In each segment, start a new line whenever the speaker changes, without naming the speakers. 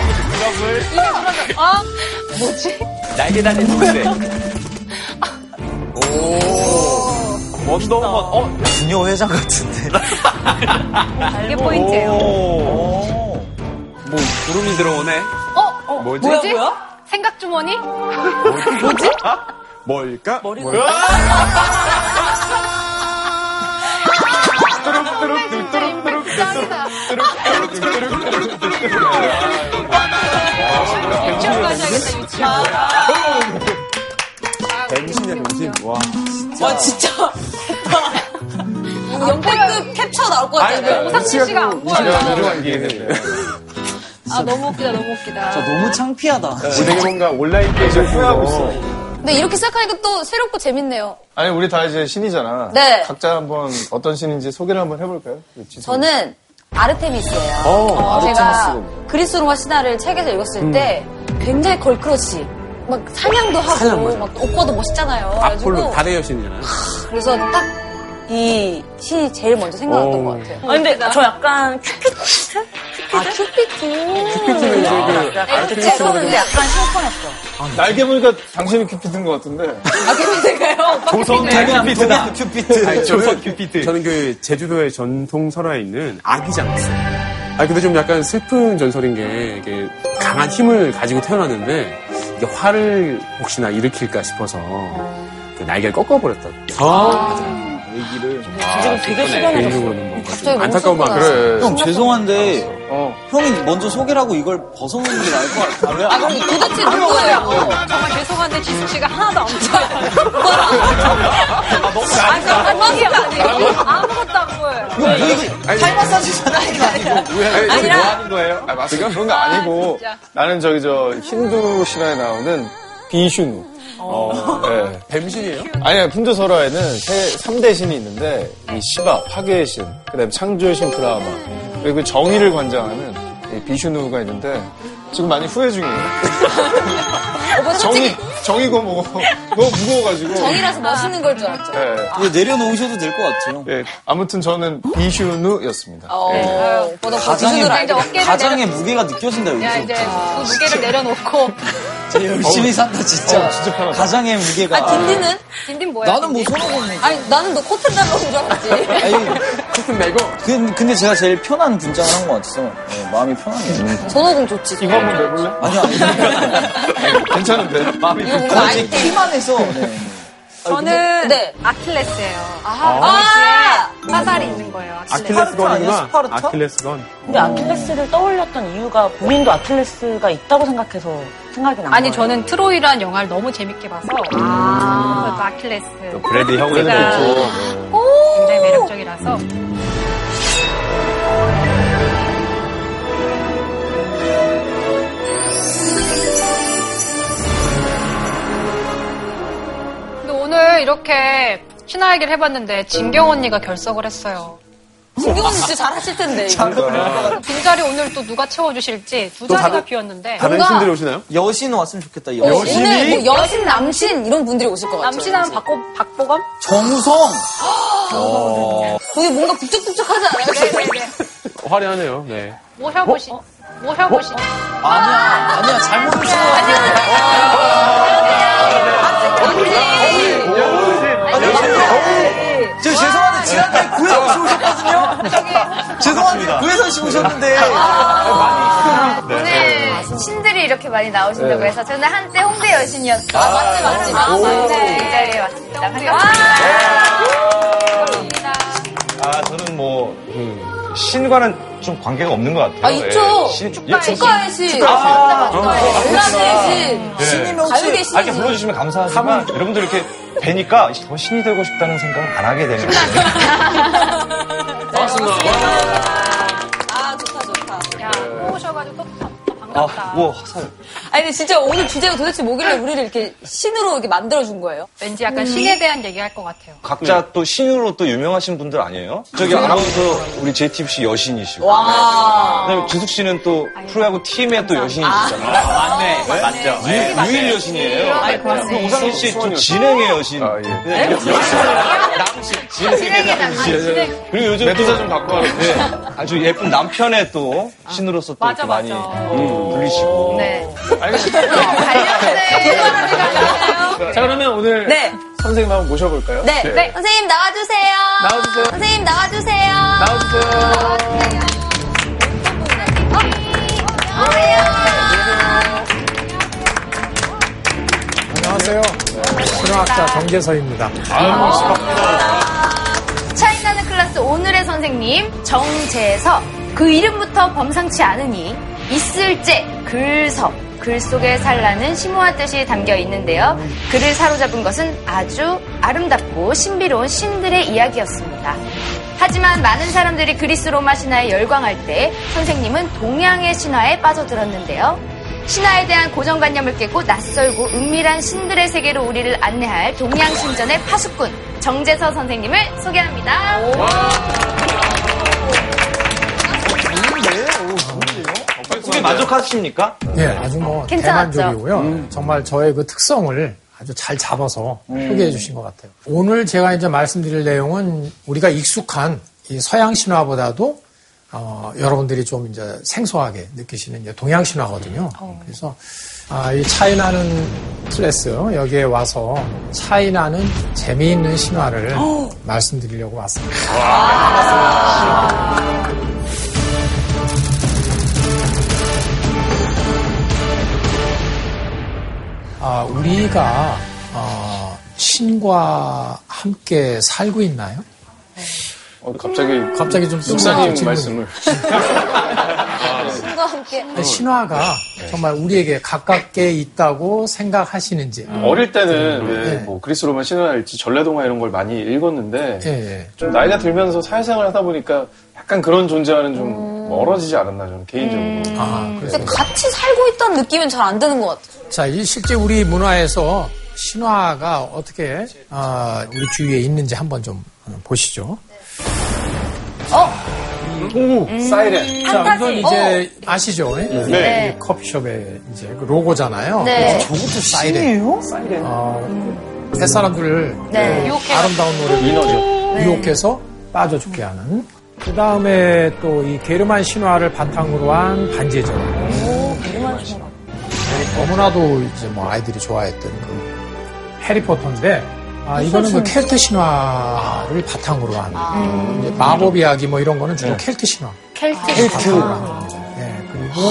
정답을
아, 뭐지?
날개 달린 동생. 오. 원더우먼. 어?
중요 회장 같은데.
이게 포인트예요.
오. 뭐 구름이 들어오네.
어? 어,
뭐지?
뭐지?
뭐야, 뭐야?
생각 주머니?
뭐지? 뭘까?
머리가-
뚜룩뚜룩 뚜룩뚜룩 뚜룩
짱이다. 유치원까지 하겠다, 유치원.
뱀신이야, 뱀신. 와.
와 진짜 역대급 캡처 나올 것 같아요.
상진 씨가
그
안 보여요.
이게
아, 너무 웃기다, 너무 웃기다.
너무 창피하다.
되게 뭔가 온라인 게임을 후회하고 있어.
근데 이렇게 시작하니까 또 새롭고 재밌네요.
아니 우리 다 이제 신이잖아.
네.
각자 한번 어떤 신인지 소개를 한번 해볼까요? 그 지수.
저는 아르테미스예요. 음.
어,
제가
아르테미스.
그리스 로마 신화를 책에서 읽었을 때 굉장히 걸크러시 막 사냥도 하고 막 오빠도 멋있잖아요.
아폴로
그래가지고
달의 여신이잖아요.
그래서 딱 이 신이 제일 먼저 생각났던 것 같아요.
아, 근데 저 약간 큐피트?
아 큐피트. 아,
는 이제 그
큐피트 보는데 약간 실컷했어.
날개 보니까 당신이 큐피드인 것 같은데.
아 큐피트가요?
조선
네.
큐피트다.
큐피트.
아니,
조선 큐피트.
저는 그 제주도의 전통 설화에 있는 아기장 있어요. 아 근데 좀 약간 슬픈 전설인 게 이게 강한 힘을 가지고 태어났는데 이게 화를 혹시나 일으킬까 싶어서 그 날개를 꺾어버렸다고.
네,
지금 되게 수경해졌어.
개인적으로는 뭔가
갑자기
좀
너무
안타까운 마음.
슬프다.
형, 죄송한데,
어.
형이 먼저 소개라고 이걸 벗어놓는 게 나을 것 같아. 왜?
아 그럼 도대체
아,
누구예요?
정말 죄송한데 지수 씨가 하나도 안 보여요. 아,
너무
정말 신기하네요. 아무것도 안 보여요.
팔 마사지잖아, 이게 아니고.
아니, 뭐 하는 거예요? 아, 맞습니다. 그런 거 아니고.
진짜.
나는 저기 저 힌두 신화에 나오는 비슈누. 어. 네.
뱀신이에요?
아니, 아니, 푼드설화에는 세, 3대 신이 있는데, 이 시바, 화개의 신, 그 다음에 창조의 신 브라마, 그리고 정의를 관장하는 이 비슈누가 있는데, 지금 많이 후회 중이에요.
오빠
정의,
솔직히
정의고 뭐고, 너무 무거워가지고.
정이라서 멋있는 걸 줄 알았죠.
예.
이거 내려놓으셔도 될 것 같아요.
예. 아무튼 저는 비슈누였습니다.
어, 오빠 너
가장의,
기준으로 알죠?
어깨를
가장의 무게가 느껴진다,
야,
여기서.
이제
아,
그 무게를 내려놓고.
진짜 열심히 산다, 진짜.
진짜 편하다.
가장의 무게가.
아 딘딘은?
딘딘 뭐야?
나는 뭐 소라고는.
아니 나는 너 코트 달라고 줄 알았지.
커튼 메고
근데, 근데 제가 제일 편한 분장을 한 것 같아서 예, 마음이 편하네요.
전호공 좋지.
이거 한번 내볼래?
아니요, 아니요.
괜찮은데? 마음이
이거 뭔가
아, 제
아이템.
키만 해서. 네.
저는
네.
아킬레스예요.
아,
화살이 있는 거예요. 아킬레스.
아킬레스
아니야,
건이구나.
스파르타?
아킬레스 건.
근데 아킬레스를 떠올렸던 이유가 본인도 아킬레스가 있다고 생각해서 생각이 난 거예요.
아니 저는 트로이란 영화를 너무 재밌게 봐서 아~ 그래서 아킬레스
브래드 형은
제가 굉장히 매력적이라서 근데 오늘 이렇게 신화 얘기를 해봤는데 진경 언니가 결석을 했어요.
김경훈 진짜 잘하실 텐데. 이거.
빈자리 오늘 또 누가 채워주실지 두 자리가 비었는데
다른
뭔가-
신들이 오시나요?
여신 왔으면 좋겠다,
어,
여신.
오늘 뭐 여신, 남신 이런 분들이 오실 것 같아요.
남신한 박보, 박보검?
정우성!
거기 뭔가 북적북적하지 않아요?
화려하네요. 네.
뭐 모셔보시. 뭐
어?
모셔보시.
아니야, 아니야, 잘못 오신 것 같아요. 저 죄송한데, 지난달 구혜선 씨 오셨거든요? 죄송합니다. 구혜선 씨 오셨는데.
오늘 신들이 이렇게 많이 나오신다고 해서 저는 한때 홍대 여신이었어요.
아, 맞지, 맞지, 맞지.
이 자리에 왔습니다. 반갑습니다.
아, 저는 뭐, 그, 신과는 좀 관계가 없는 것 같아요.
아, 있죠.
예, 신,
축가의 신. 아, 축가의 신.
신이면
가요계
아, 이렇게
신이지.
불러주시면 감사하지만, 여러분들 이렇게 뵈니까 더 신이 되고 싶다는 생각을 안 하게 되는 거예요.
아, 좋다, 좋다.
야, 뽑으셔가지고 또, 또 반갑다.
아니, 근데 진짜 오늘 주제가 도대체 뭐길래 우리를 이렇게 신으로 이렇게 만들어준 거예요?
왠지 약간 신에 대한 얘기할 것 같아요.
각자 또 신으로 또 유명하신 분들 아니에요? 저기 아나운서 우리 JTBC 여신이시고.
와.
그다음에 주숙 씨는 또 프로야구 팀의 또 여신이시잖아요.
맞네. 맞죠.
유- 유일 여신이에요.
아이, 그렇네.
우상민 씨또 진행의 여신. 네.
아, 예.
그리고 요즘
매도사
또
좀 갖고 와.
아, 네, 아주 예쁜 남편의 또 신으로서 또
맞아,
이렇게 많이
맞아.
음, 좀 불리시고.
네.
네.
알겠습니다.
자, 그러면 오늘
네.
선생님 한번 모셔볼까요?
네.
네. 선생님 나와주세요.
나와주세요.
선생님 나와주세요.
나와주세요.
나와주세요.
안녕하세요. 수학자 정재서입니다.
차이나는 클래스 오늘의 선생님 정재서 그 이름부터 범상치 않으니 있을째 글섭 글 속에 살라는 심오한 뜻이 담겨 있는데요. 글을 사로잡은 것은 아주 아름답고 신비로운 신들의 이야기였습니다. 하지만 많은 사람들이 그리스 로마 신화에 열광할 때 선생님은 동양의 신화에 빠져들었는데요. 신화에 대한 고정관념을 깨고 낯설고 은밀한 신들의 세계로 우리를 안내할 동양신전의 파수꾼 정재서 선생님을 소개합니다.
그게 만족하십니까?
예, 아주 뭐
괜찮았죠?
대만족이고요. 정말 저의 그 특성을 아주 잘 잡아서 소개해 주신 것 같아요. 오늘 제가 이제 말씀드릴 내용은 우리가 익숙한 이 서양 신화보다도 어, 여러분들이 좀 이제 생소하게 느끼시는 이제 동양 신화거든요.
음. 어.
그래서 아, 이 차이나는 클래스 여기에 와서 차이나는 재미있는 신화를
어.
말씀드리려고 왔습니다. 아, 우리가 어, 신과 함께 살고 있나요?
어, 갑자기
갑자기 좀
목사님
쓸모없는 질문이.
말씀을.
신과 네. 함께.
신화가 정말 우리에게 가깝게 있다고 생각하시는지.
어릴 때는 왜
네.
뭐 그리스 로마 신화일지 전래동화 이런 걸 많이 읽었는데
예, 예.
좀 나이가 들면서 사회생활 하다 보니까 약간 그런 존재와는 좀 멀어지지 않았나 저는 개인적으로.
아, 그래서
근데 같이 살고 있다는 느낌은 잘 안 드는 것 같아요.
자, 이 실제 우리 문화에서 신화가 어떻게 아, 우리 주위에 있는지 한번 좀 어, 보시죠.
사이렌.
자, 이건
판타지.
이제 아시죠? 네.
네.
이 커피숍의 이제 그 로고잖아요.
네.
저것도 사이렌이에요? 사이렌. 어, 햇사람들을 그
네.
아름다운 노래로 네. 유혹해서 빠져죽게 하는. 그 다음에 또 이 게르만 신화를 바탕으로 한 반지의 제왕. 오, 게르만 신화. 너무나도 이제 뭐 아이들이 좋아했던 그 해리포터인데, 아, 이거는 그 켈트 신화를 바탕으로 한 이제 마법 이야기 뭐 이런 거는 주로 켈트 신화. 켈트 신화. 네, 그리고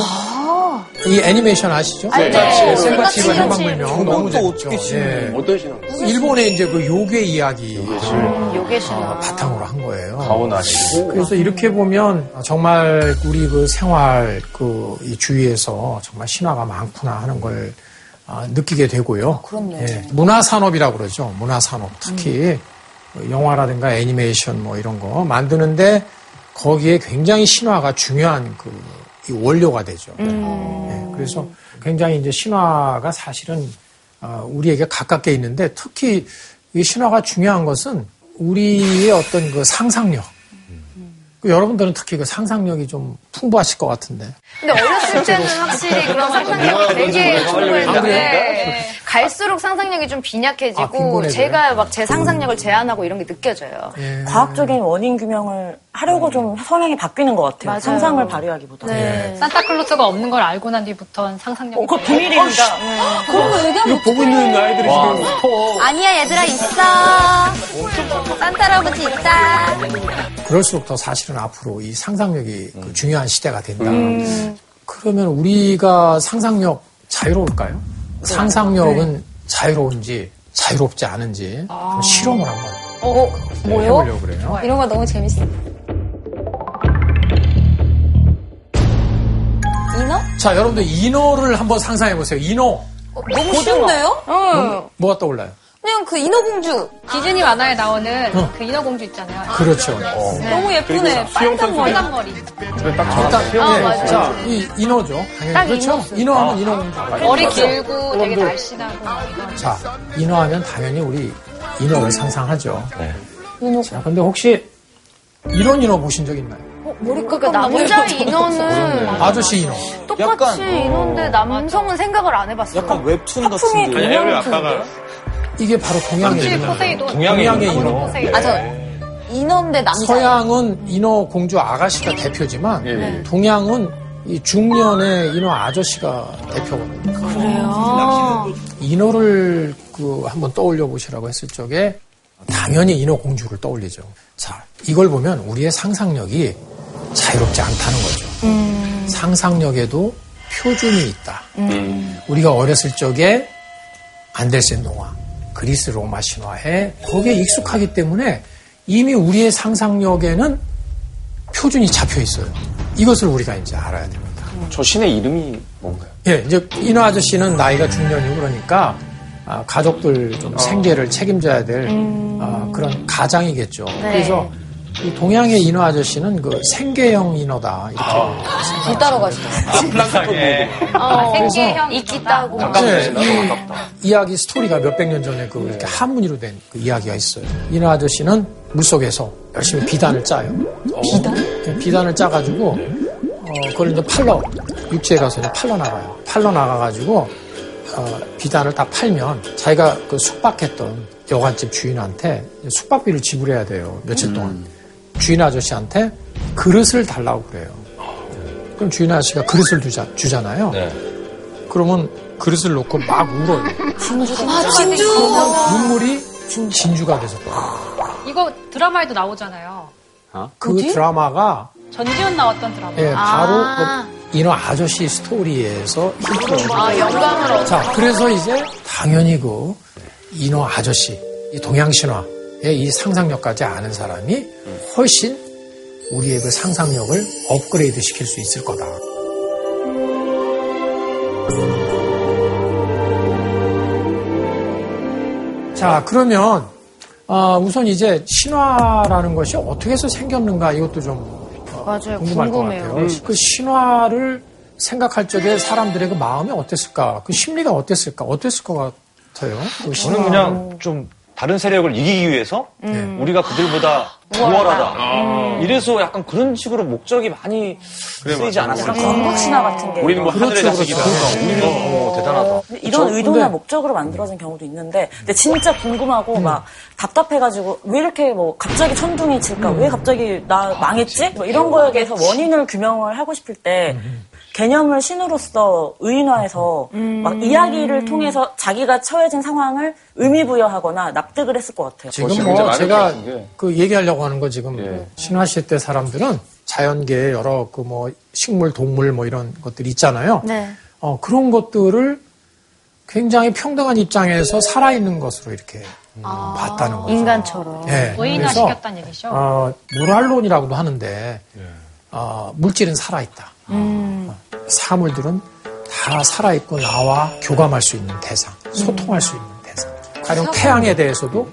이 애니메이션 아. 아시죠?
네.
네.
생바치로.
생바치로
생바치.
행방불명 너무 재밌죠. 예.
어떤 신화?
일본의 이제 그 요괴 이야기를
요게
어, 바탕으로 한 거예요.
가오나시.
그래서 이렇게 보면 정말 우리 그 생활 그이 주위에서 정말 신화가 많구나 하는 걸 아, 느끼게 되고요. 예,
그렇네요.
문화 산업이라고 그러죠. 문화 산업 특히 그 영화라든가 애니메이션 뭐 이런 거 만드는데 거기에 굉장히 신화가 중요한 그이 원료가 되죠. 예, 그래서 굉장히 이제 신화가 사실은 아, 우리에게 가깝게 있는데 특히 이 신화가 중요한 것은 우리의 어떤 그 상상력. 그 여러분들은 특히 그 상상력이 좀 풍부하실 것 같은데.
근데 어렸을 때는 확실히 그런 상상력 되게 풍부했는데 갈수록 상상력이 좀
아,
빈약해지고
빈곤해져요?
제가 막 제 상상력을 제한하고 이런 게 느껴져요.
예.
과학적인 원인 규명을 하려고 좀 성향이 바뀌는 것 같아요.
맞아요.
상상을 발휘하기보다.
네.
는
예.
예. 산타클로스가 없는 걸 알고 난 뒤부터는 상상력.
어, 그거 비밀입니다. 음.
그런 거 얘기하면
이거 보고 있는 아이들이 지금
아니야 얘들아 있어. 산타라고지 있다.
그럴수록 더 사실은 앞으로 이 상상력이 그 중요한 시대가 된다. 그러면 우리가 상상력 자유로울까요? 상상력은 자유로운지 자유롭지 않은지 그럼 실험을 한번
어, 뭐요?
해보려고 그래요.
이런 거 너무 재밌어. 인어?
자, 여러분들 인어를 한번 상상해 보세요. 인어
어, 너무 쉬운데요?
뭐가 떠올라요?
그냥 그 인어공주.
디즈니 만화에 나오는 그 인어공주 있잖아요.
그렇죠. 어.
너무 예쁘네. 빨간 머리.
빨간 머리.
일단 예, 자, 이 인어죠. 당연히 그렇죠. 인어하면 인어입니다.
머리 길고 되게 날씬하고.
자, 인어하면 당연히 우리 인어를 상상하죠. 자, 근데 혹시 이런 인어 보신 적 있나요?
머리카락
남자
네.
인어는
아저씨 인어.
똑같이 인어인데 남성은 생각을 안 해봤어요.
약간 웹툰 같은데.
음.
이게 바로 동양의
혹시
인어.
그
포세이돈.
동양의 인어.
포세이돈.
아, 저 인어인데 남자.
서양은 인어 공주 아가씨가 대표지만 동양은 이 중년의 인어 아저씨가 대표거든요.
그래요.
인어를 그 한번 떠올려 보시라고 했을 적에 당연히 인어 공주를 떠올리죠. 자, 이걸 보면 우리의 상상력이 자유롭지 않다는 거죠.
음.
상상력에도 표준이 있다. 우리가 어렸을 적에 안데센 동화, 그리스 로마 신화에 거기에 익숙하기 때문에 이미 우리의 상상력에는 표준이 잡혀 있어요. 이것을 우리가 이제 알아야 됩니다.
저 신의 이름이 뭔가요?
예, 이제 인호 아저씨는 나이가 중년이고 그러니까 아, 가족들 좀 생계를 책임져야 될 아, 그런 가장이겠죠. 그래서 이 동양의 인호 아저씨는 그 생계형 인호다 이렇게
길 따러 가시죠.
네.
어,
생계형
있기다고.
네, 이 이야기 스토리가 몇백 년 전에 그 이렇게 한문이로 된 그 이야기가 있어요. 이나 아저씨는 물속에서 열심히 비단을 짜요. 예, 비단? 비단을 짜가지고 어, 그걸 이제 팔러 육지에 가서 이제 팔러 나가요. 팔러 나가가지고 어, 비단을 다 팔면 자기가 그 숙박했던 여관집 주인한테 숙박비를 지불해야 돼요. 며칠 동안 주인 아저씨한테 그릇을 달라고 그래요. 예. 그럼 주인 아저씨가 그릇을 주자, 주잖아요. 그러면 그릇을 놓고 막 울어요.
아, 진주!
눈물이 진주가 돼서 떠요.
이거 드라마에도 나오잖아요.
그 드라마가
전지현 나왔던 드라마.
예,
아.
바로 그 인어 아저씨 스토리에서 히트를
아, 영감을 얻
자, 그래서 이제 당연히 그 인어 아저씨, 이 동양 신화의 이 상상력까지 아는 사람이 훨씬 우리의 그 상상력을 업그레이드 시킬 수 있을 거다. 자, 그러면 아, 우선 이제 신화라는 것이 어떻게 해서 생겼는가 이것도 좀 어,
맞아요.
궁금할
궁금해요.
것 같아요. 그 신화를 생각할 적에 사람들의 그 마음이 어땠을까? 그 심리가 어땠을까? 어땠을 것 같아요? 그
저는
신화.
그냥 좀 다른 세력을 이기기 위해서
음.
우리가 그들보다 아,
아.
우월하다. 음. 이래서 약간 그런 식으로 목적이 많이 쓰이지 않았을까.
광고신화 같은 게.
우리는 뭐
그렇죠,
하늘의 자식이다.
우리는 어, 대단하다.
근데 음. 이런 의도나 목적으로 만들어진 경우도 있는데, 근데 진짜 궁금하고 막 답답해가지고 왜 이렇게 뭐 갑자기 천둥이 칠까, 왜 갑자기 나 망했지? 음, 뭐 이런 거에 대해서 원인을 규명을 하고 싶을 때. 개념을 신으로서 의인화해서 막 이야기를 통해서 자기가 처해진 상황을 의미 부여하거나 납득을 했을 것 같아요.
지금
굉장히
뭐
많을 것
제가 예.
같은 게.
그 얘기하려고 하는 건 지금 신화 시대 사람들은 자연계의 여러 그 뭐 식물, 동물 뭐 이런 것들이 있잖아요.
네.
어, 그런 것들을 굉장히 평등한 입장에서 살아있는 것으로 이렇게
아.
봤다는 거죠.
인간처럼.
예, 그래서
의인화시켰다는 얘기죠.
어, 물활론이라고도 하는데 어, 물질은 살아있다. 어, 사물들은 다 살아있고 나와 교감할 수 있는 대상, 소통할 수 있는 대상. 가령 태양에 대해서도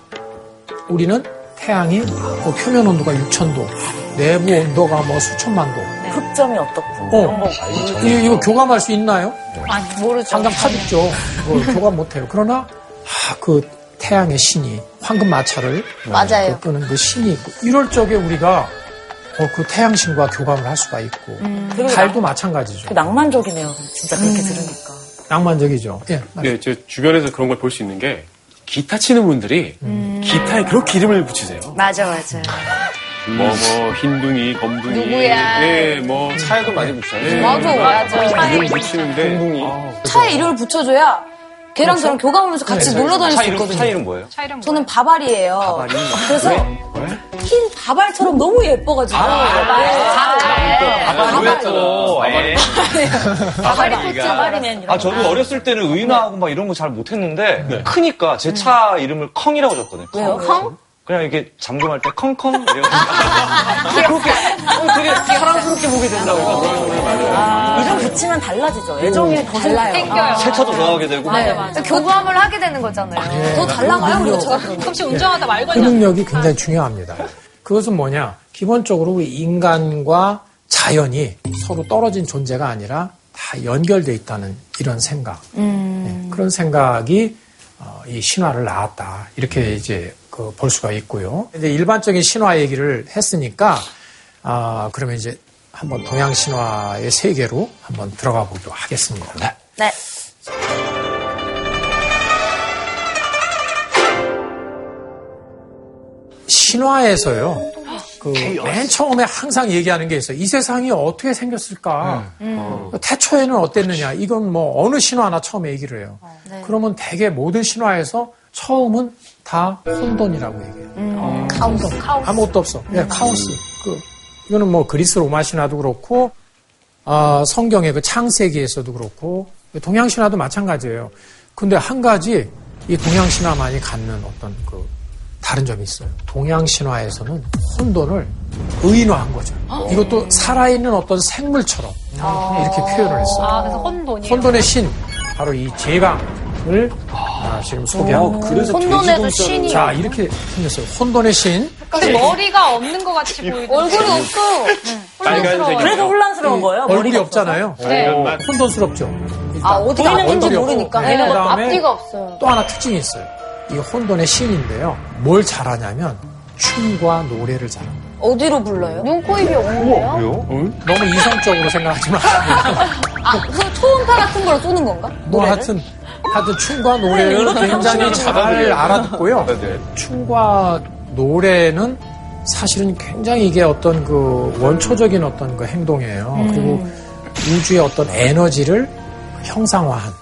우리는 태양이 그 표면 온도가 6천도, 내부 온도가 뭐 수천만 도.
네. 흑점이 어떻고 이런
어,
거
이, 이거 교감할 수 있나요?
아니, 모르죠.
당장 타죽죠. 그거 교감 못해요. 그러나 아, 그 태양의 신이 황금 마차를
맞아요.
끄는 그 신이 있고 이럴 적에 우리가 어, 그 태양신과 교감을 할 수가 있고
음.
되게
달도 마찬가지죠.
되게 낭만적이네요. 진짜 그렇게 들으니까.
낭만적이죠. 예.
네, 제 주변에서 그런 걸 볼 수 있는 게 기타 치는 분들이
음.
기타에 그렇게 이름을 붙이세요.
맞아, 맞아.
뭐, 뭐, 흰둥이, 검둥이.
누구야?
예, 뭐.
차에도 많이 붙여요.
예,
맞아, 맞아.
이름 붙이는데.
차에 이름을 붙여줘야 걔랑 저랑 교감하면서 같이 놀러 다닐
차
수
이름, 차
있거든요.
이름 뭐예요?
차 이름 뭐예요?
저는 바발이에요. 그래서 흰 바발처럼 너무 예뻐가지고.
아,
네.
네. 아바리또.
바바리 코트
네.
바바리맨.
아, 저도 어렸을 때는 의인화하고 막 이런 거 잘 못했는데,
네.
크니까 제 차 이름을 컹이라고 줬거든요. 음. 컹.
왜요? 컹?
그냥 이렇게 잠금할 때 컹컹 이래요. 그렇게 어, 되게 사랑스럽게 보게 된다고.
이름 붙이면 음. 달라지죠. 애정이 더 달라요.
땡겨요.
새 차도 좋아하게 되고.
교감을 하게 되는 거잖아요.
더 달라가요? 그리고 제가
가끔씩 운전하다 말걸
그
냐
능력이 굉장히 중요합니다. 그것은 뭐냐? 기본적으로 우리 인간과 자연이 서로 떨어진 존재가 아니라 다 연결돼 있다는 이런 생각, 네, 그런 생각이 어, 이 신화를 낳았다 이렇게 이제 그 볼 수가 있고요. 이제 일반적인 신화 얘기를 했으니까 아 그러면 이제 한번 동양 신화의 세계로 한번 들어가 보기로 하겠습니다.
네.
신화에서요. 그 맨 처음에 항상 얘기하는 게 있어요. 이 세상이 어떻게 생겼을까? 그 태초에는 어땠느냐? 이건 뭐 어느 신화나 처음에 얘기를 해요. 그러면 대개 모든 신화에서 처음은 다 혼돈이라고 얘기해요.
카운터. 카운터.
아무것도 없어. 예, 카오스. 그, 이거는 뭐 그리스 로마 신화도 그렇고, 아, 성경의 그 창세기에서도 그렇고, 동양 신화도 마찬가지예요. 근데 한 가지 이 동양 신화만이 갖는 어떤 그 다른 점이 있어요. 동양 신화에서는 혼돈을 의인화한 거죠. 이것도 살아있는 어떤 생물처럼 이렇게 표현을 했어요.
아, 그래서 혼돈이에요.
혼돈의 신, 바로 이 제강을 아, 지금 소개하고
그래서
혼돈에도 신이.
자, 이렇게 생겼어요. 혼돈의 신.
근데 그러니까 머리가 없는 것 같이 네. 보이고 얼굴이 없고
빨간색이.
그래서 혼란스러운 거예요.
네. 얼굴이
머리가
없잖아요.
뭐,
네.
혼돈스럽죠.
아, 어디가
보이는
아픈지
얼굴이 없고,
모르니까.
네,
네.
그다음에
앞뒤가 없어요.
또 하나 특징이 있어요. 이 혼돈의 신인데요. 뭘 잘하냐면 춤과 노래를 잘합니다.
어디로 불러요?
눈, 코, 입이 없는데요?
너무 이성적으로 생각하지 마세요.
아, 무슨 초음파 같은 걸로 쏘는 건가?
뭐 하여튼 하여튼 춤과 노래를 굉장히 잘 알아듣고요. 춤과 노래는 사실은 굉장히 이게 어떤 그 원초적인 어떤 그 행동이에요. 그리고 우주의 어떤 에너지를 형상화한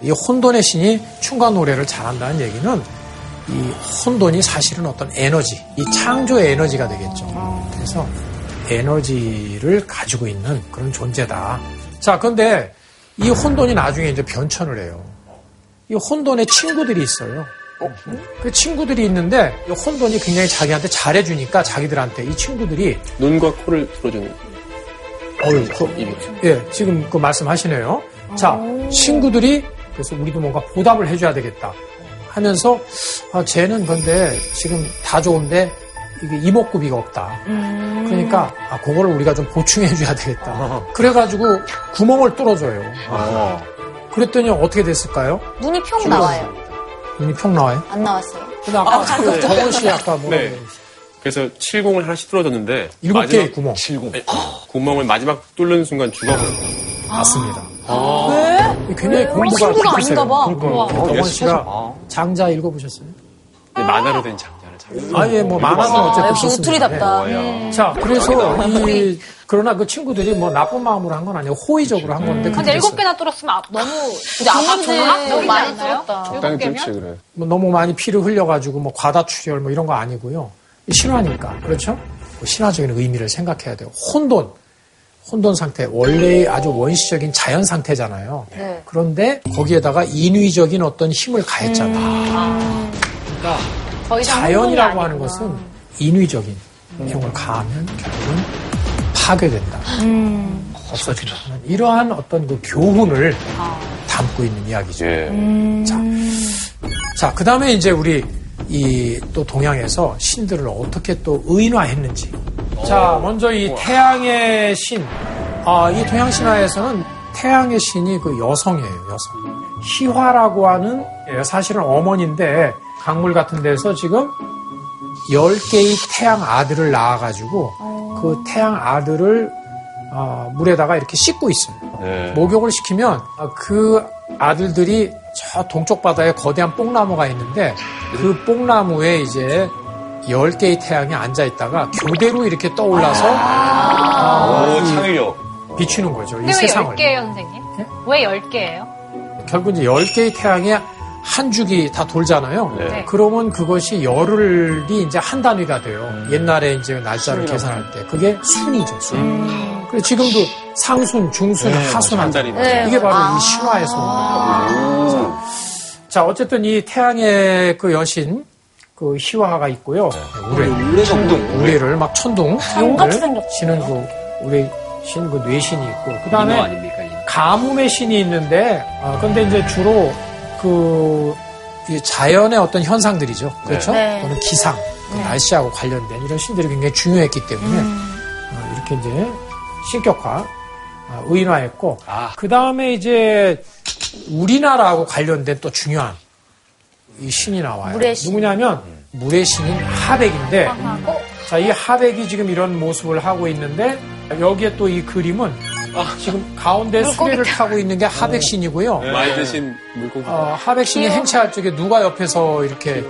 이 혼돈의 신이 춤과 노래를 잘한다는 얘기는 이 혼돈이 사실은 어떤 에너지, 이 창조의 에너지가 되겠죠. 그래서 에너지를 가지고 있는 그런 존재다. 자, 그런데 이 혼돈이 나중에 이제 변천을 해요. 이 혼돈의 친구들이 있어요. 그 친구들이 있는데 이 혼돈이 굉장히 자기한테 잘해주니까 자기들한테 이 친구들이
눈과 코를 풀어주는
어유 예 지금 그 말씀하시네요. 자 친구들이 그래서 우리도 뭔가 보답을 해줘야 되겠다 하면서 아, 쟤는 근데 지금 다 좋은데 이게 이목구비가 없다. 그러니까 아 그거를 우리가 좀 보충해줘야 되겠다. 그래가지고 구멍을 어. 뚫어줘요. 그랬더니 어떻게 됐을까요?
눈이 평 나와요.
눈이 평 나와요.
안 나왔어요.
근데 아까 정원 씨 아까 뭐
네. 그래서 70을 하나씩 뚫어줬는데
일곱 개의
마지막
구멍
네, 구멍을 마지막 뚫는 순간 죽어버려.
맞습니다. 왜? 아. 굉장히 공부가
친구가
깊으세요.
아닌가 봐.
그러니까요. 정원
아,
씨가 장자 읽어보셨어요?
근데 만화로 된 장면을 참.
음. 아예 뭐 만화는 어쨌든
역시
좋습니다.
우투리답다.
음.
예. 자 그래서 이 그러나 그 친구들이 뭐 나쁜 마음으로 한 건 아니고 호의적으로 한
음.
건데
근데
그게
일곱 개나 뚫었으면 아- 너무
네. 근데 아까
너무
정말
많이
많이
뚫었다.
적당히
일곱 개면
뚫지 그래.
뭐 너무 많이 피를 흘려가지고 뭐 과다출혈 뭐 이런 거 아니고요 이 신화니까 그렇죠? 그 신화적인 의미를 생각해야 돼요. 혼돈 혼돈 상태 원래의 아주 원시적인 자연 상태잖아요.
네.
그런데 거기에다가 인위적인 어떤 힘을 가했잖아. 그러니까
더 이상
자연이라고
음. 혼돈이
하는
아니구나.
것은 인위적인 힘을 가하면 결국은 파괴된다.
음.
없어진다. 이러한 어떤 그 교훈을
아.
담고 있는 이야기죠. 자, 자, 그 다음에 이제 우리 이 또 동양에서 신들을 어떻게 또 의인화했는지. 자, 먼저 이 태양의 신. 아, 이 동양 신화에서는 태양의 신이 그 여성이에요, 여성. 희화라고 하는 예, 사실은 어머니인데 강물 같은 데서 지금 10개의 태양 아들을 낳아가지고 그 태양 아들을 어, 물에다가 이렇게 씻고 있어요. 목욕을 시키면 아, 그 아들들이 저 동쪽 바다에 거대한 뽕나무가 있는데 그 뽕나무에 이제 10개의 태양이 앉아 있다가 교대로 이렇게 떠올라서
아, 오, 창의력.
비추는 거죠. 이
근데 왜
세상을.
10개예요, 선생님? 왜 10개예요?
결국 이제 10개의 태양이 한 줄기 다 돌잖아요.
네.
그러면 그것이 열흘이 이제 한 단위가 돼요. 옛날에 이제 날짜를 계산할 때. 그게 순이죠, 순.
음.
그래서 지금도 상순, 중순, 하순 음. 한 자리.
네.
이게 바로
아.
이 신화에서 온 거예요. 자, 자, 어쨌든 이 태양의 그 여신, 그 희화가 있고요. 우레. 천둥. 우레를 막 천둥.
아, 똑같이 생겼죠.
신은 그 우레 신, 그 뇌신이 있고. 그 다음에 가뭄의 신이 있는데, 아, 근데 이제 주로 그, 이 자연의 어떤 현상들이죠. 그렇죠? 또는 기상, 그 날씨하고 관련된 이런 신들이 굉장히 중요했기 때문에, 어, 이렇게 이제 신격화, 아, 의인화했고, 그 다음에 이제 우리나라하고 관련된 또 중요한 이 신이 나와요. 누구냐면, 물의 신인 하백인데, 자, 이 하백이 지금 이런 모습을 하고 있는데, 여기에 또 이 그림은 지금 가운데 수레를 타고 있는 게
네.
하백신이고요.
말 대신 물고기.
어, 하백신이 행차할 적에 누가 옆에서 이렇게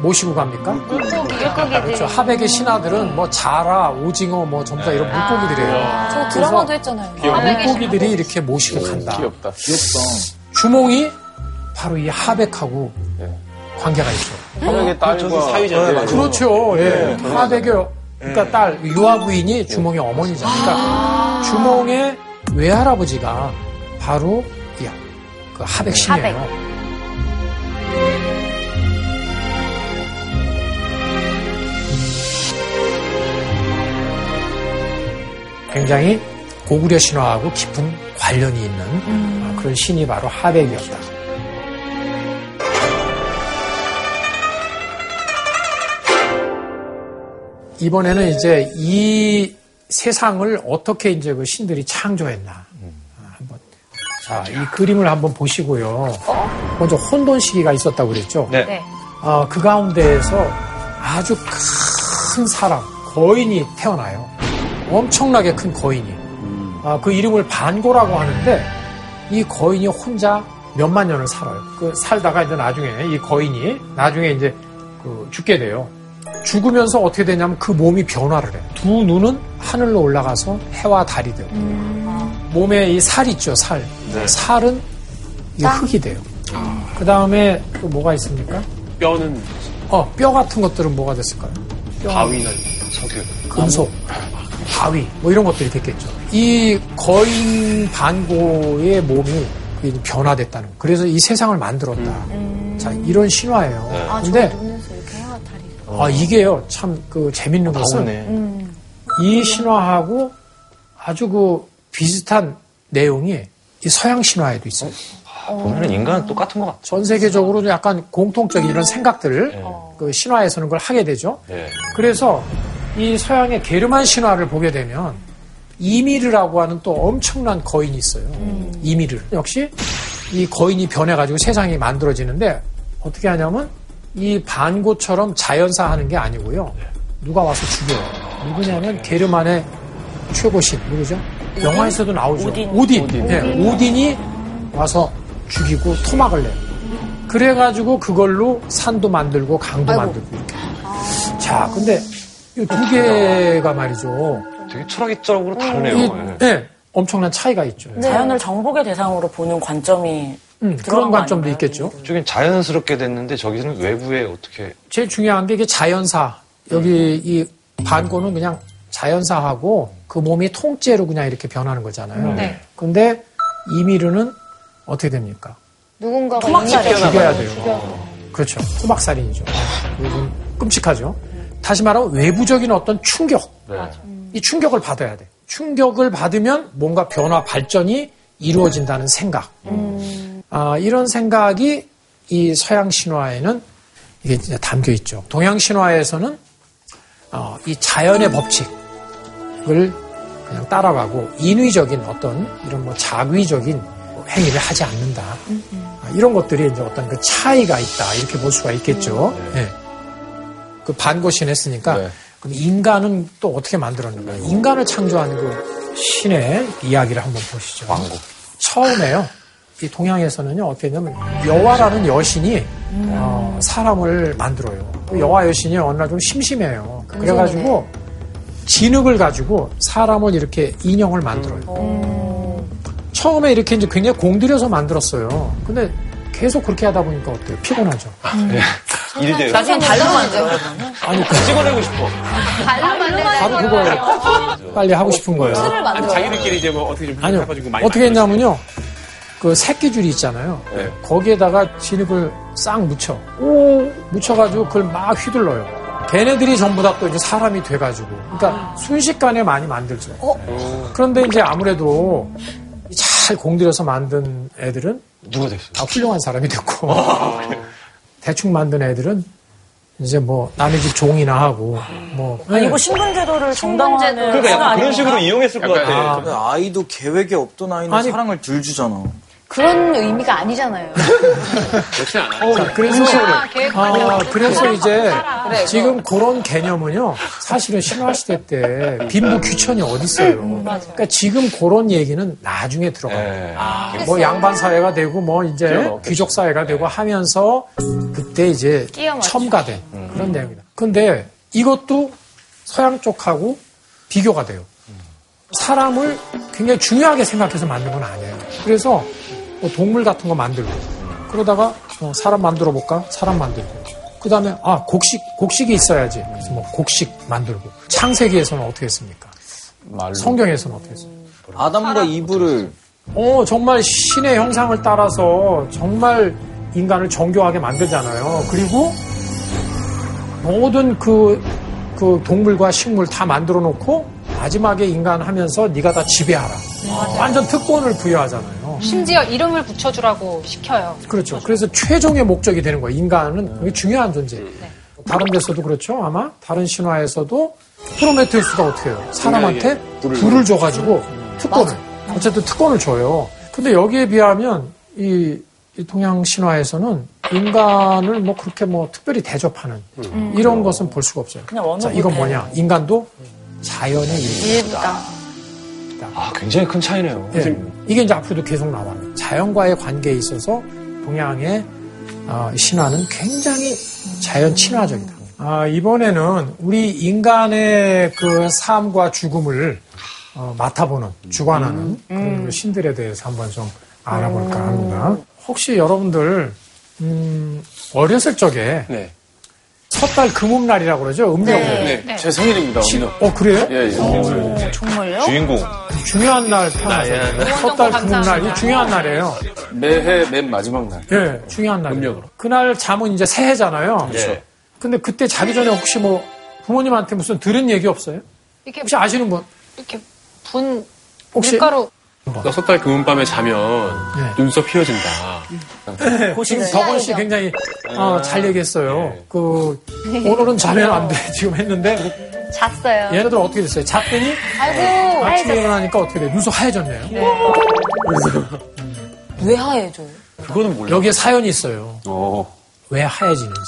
모시고 갑니까?
물고기, 물고기들.
그렇죠. 하백의 신하들은 뭐 자라, 오징어, 뭐 전부 다 이런 물고기들이에요.
저 드라마도 했잖아요.
네.
물고기들이 이렇게 모시고 간다.
귀엽다.
주몽이 바로 이 하백하고 관계가 있죠.
하백의 딸과 네,
사위잖아요. 예.
그렇죠. 예. 하백의 그러니까 딸 유아부인이 주몽의 어머니잖아요. 그러니까 주몽의 외할아버지가 바로 이 그 하백 신이에요. 굉장히 고구려 신화하고 깊은 관련이 있는 어, 그런 신이 바로 하백이었다. 이번에는 이제 이 세상을 어떻게 이제 그 신들이 창조했나. 아, 한번. 자, 이 그림을 한번 보시고요. 먼저 혼돈 시기가 있었다고 그랬죠.
네.
네.
어, 그 가운데에서 아주 큰 사람, 거인이 태어나요. 엄청나게 큰 거인이. 아, 그 이름을 반고라고 하는데 이 거인이 혼자 몇만 년을 살아요. 그 살다가 이제 나중에 이 거인이 나중에 이제 그 죽게 돼요. 죽으면서 어떻게 되냐면 그 몸이 변화를 해. 두 눈은 하늘로 올라가서 해와 달이 되고 몸에 이 살 있죠, 살. 살은 이 흙이 돼요. 그 다음에 또 뭐가 있습니까?
뼈는
어, 뼈 같은 것들은 뭐가 됐을까요?
바위나 석유.
금속, 바위, 뭐 이런 것들이 됐겠죠. 이 거인 반고의 몸이 그게 변화됐다는 거. 그래서 이 세상을 만들었다. 자, 이런 신화예요. 근데 아, 이게요, 참, 그, 재밌는 것은, 이 신화하고 아주 그 비슷한 내용이 이 서양 신화에도 있어요.
보면은 인간은 똑같은 것 같아요.
전 세계적으로 약간 공통적인 이런 생각들을 그 신화에서는 그걸 하게 되죠.
네.
그래서 이 서양의 게르만 신화를 보게 되면 이미르라고 하는 또 엄청난 거인이 있어요. 이미르 역시 이 거인이 변해가지고 세상이 만들어지는데 어떻게 하냐면 이 반고처럼 자연사하는 게 아니고요. 누가 와서 죽여요. 누구냐면 게르만의 최고신 누구죠? 영화에서도 나오죠. 오딘. 오딘. 이 와서 죽이고 토막을 내요. 그래가지고 그걸로 산도 만들고 강도 만들고 이렇게. 자, 근데 이 두 개가 말이죠.
되게 철학적으로 다르네요.
이,
예.
네, 엄청난 차이가 있죠.
자연을 정복의 대상으로 보는 관점이
음,
들어간
그런
거
관점도
아닌가요?
있겠죠.
예. 이쪽엔 자연스럽게 됐는데 저기서는 외부에 어떻게
제일 중요한 게 이게 자연사. 여기 이 반고는 그냥 자연사하고 그 몸이 통째로 그냥 이렇게 변하는 거잖아요.
네.
근데 이미르는 어떻게 됩니까?
누군가가
죽여야 돼요. 그렇죠. 토막살인이죠. 요즘 끔찍하죠. 다시 말하면 외부적인 어떤 충격. 이 충격을 받아야 돼. 충격을 받으면 뭔가 변화, 발전이 이루어진다는 생각. 아, 이런 생각이 이 서양 신화에는 이게 이제 담겨 있죠. 동양 신화에서는 어, 이 자연의 법칙을 그냥 따라가고 인위적인 어떤 이런 뭐 자의적인 행위를 하지 않는다. 아, 이런 것들이 이제 어떤 그 차이가 있다 이렇게 볼 수가 있겠죠. 예. 그 반고신 했으니까
네.
그럼 인간은 또 어떻게 만들었는가? 인간을 창조한 그 신의 이야기를 한번 보시죠. 처음에요. 이 동양에서는요 어떻게 했냐면 여화라는 여신이 어, 사람을 만들어요. 그 여화 여신이 어느 날 좀 심심해요. 그래가지고 진흙을 가지고 사람을 이렇게 인형을 만들어요. 처음에 이렇게 이제 굉장히 공들여서 만들었어요. 근데 계속 그렇게 하다 보니까 어때요? 피곤하죠.
일대요.
나중에 발로 만져요.
아니
찍어내고 싶어.
발로
바로
만든다는 거예요.
그걸 빨리 하고 싶은 거예요.
틀을
아니,
만들어요.
자기들끼리 이제 뭐 어떻게 좀
아니요.
해가지고 많이
어떻게
만들었어요.
했냐면요. 그 새끼줄이 있잖아요.
네.
거기에다가 진흙을 싹 묻혀. 오! 묻혀가지고 그걸 막 휘둘러요. 걔네들이 전부 다 또 이제 사람이 돼가지고.
아.
그러니까 순식간에 많이 만들죠.
어?
그런데 이제 아무래도 잘 공들여서 만든 애들은
누가 됐어?
다 훌륭한 사람이 됐고
아,
대충 만든 애들은 이제 뭐 남의 집 종이나 하고 뭐
아니, 이거 신분제도를 정당화하는
그러니까
건
약간 그런
아닌가?
식으로 이용했을 것
약간
같아.
근데 아이도 계획에 없던 아이는
아니.
사랑을 덜 주잖아.
그런 의미가 아니잖아요.
그렇진 않아요.
어,
자, 그래서
아, 계획
아, 그래서 이제
아, 네.
지금 그런 개념은요, 사실은 신화시대 때 빈부 귀천이 어딨어요.
음,
그러니까 지금 그런 얘기는 나중에 들어가요.
예.
뭐 양반 사회가 되고 뭐 이제 귀족 사회가 되고 하면서 그 그때 이제
끼어 맞추-
첨가된 그런 내용이다. 근데 이것도 서양 쪽하고 비교가 돼요. 사람을 굉장히 중요하게 생각해서 만든 건 아니에요. 그래서 뭐 동물 같은 거 만들고 그러다가 어, 사람 만들어 볼까? 사람 만들고 그 다음에 아 곡식 곡식이 있어야지. 그래서 뭐 곡식 만들고 창세기에서는 어떻게 했습니까? 성경에서는 어떻게 했습니까?
그렇죠.
아담과 이브를
어, 정말 신의 형상을 따라서 정말 인간을 정교하게 만들잖아요. 그리고 모든 그, 그 동물과 식물 다 만들어 놓고 마지막에 인간 하면서 네가 다 지배하라. 완전 특권을 부여하잖아요.
심지어 이름을 붙여주라고 시켜요.
그렇죠. 그래서 최종의 목적이 되는 거예요. 인간은 되게 중요한 존재. 다른 데서도 그렇죠. 아마 다른 신화에서도 프로메테우스가 어떻게 해요? 사람한테 불을, 줘가지고 음. 특권을. 어쨌든 특권을 줘요. 근데 여기에 비하면 이, 이 동양 신화에서는 인간을 뭐 그렇게 뭐 특별히 대접하는 이런 것은 볼 수가 없어요.
그냥 어느
자, 이건
곳에.
뭐냐? 인간도 자연의 일부다.
아, 굉장히 큰 차이네요. 음.
예. 이게 이제 앞으로도 계속 나와요. 자연과의 관계에 있어서 동양의 어, 신화는 굉장히 자연 친화적이다. 아, 이번에는 우리 인간의 그 삶과 죽음을 어, 맡아보는, 주관하는 그런 그 신들에 대해서 한번 좀 알아볼까 합니다. 혹시 여러분들, 음, 어렸을 적에
네.
예.
첫달 금음날이라고 그러죠? 음력.
네. 제 생일입니다, 오늘.
어, 그래요?
예, 예.
네.
주인공.
중요한 날 태어나서 첫달 금음날이 중요한 날이에요.
매해 맨 마지막 날.
예, 중요한 날. 음력으로. 그날 잠은 이제 새해잖아요.
그렇죠.
예.
근데 그때 자기 전에 혹시 뭐 부모님한테 무슨 들은 얘기 없어요?
이렇게
혹시 아시는 분?
이렇게 분
혹시
밀가루
여섯 달 그러니까 금은밤에 자면 눈썹 휘어진다.
네. 지금 덕원 씨 굉장히 어, 잘 얘기했어요. 그 오늘은 자면 안 돼. 지금 했는데
잤어요.
얘네들 은 어떻게 됐어요? 잤더니
아이고,
아침에 일어나니까 어떻게 돼? 눈썹 하얘졌네요.
왜 하얘져요?
그거는 몰라.
여기에 사연이 있어요.
어.
왜 하얘지는지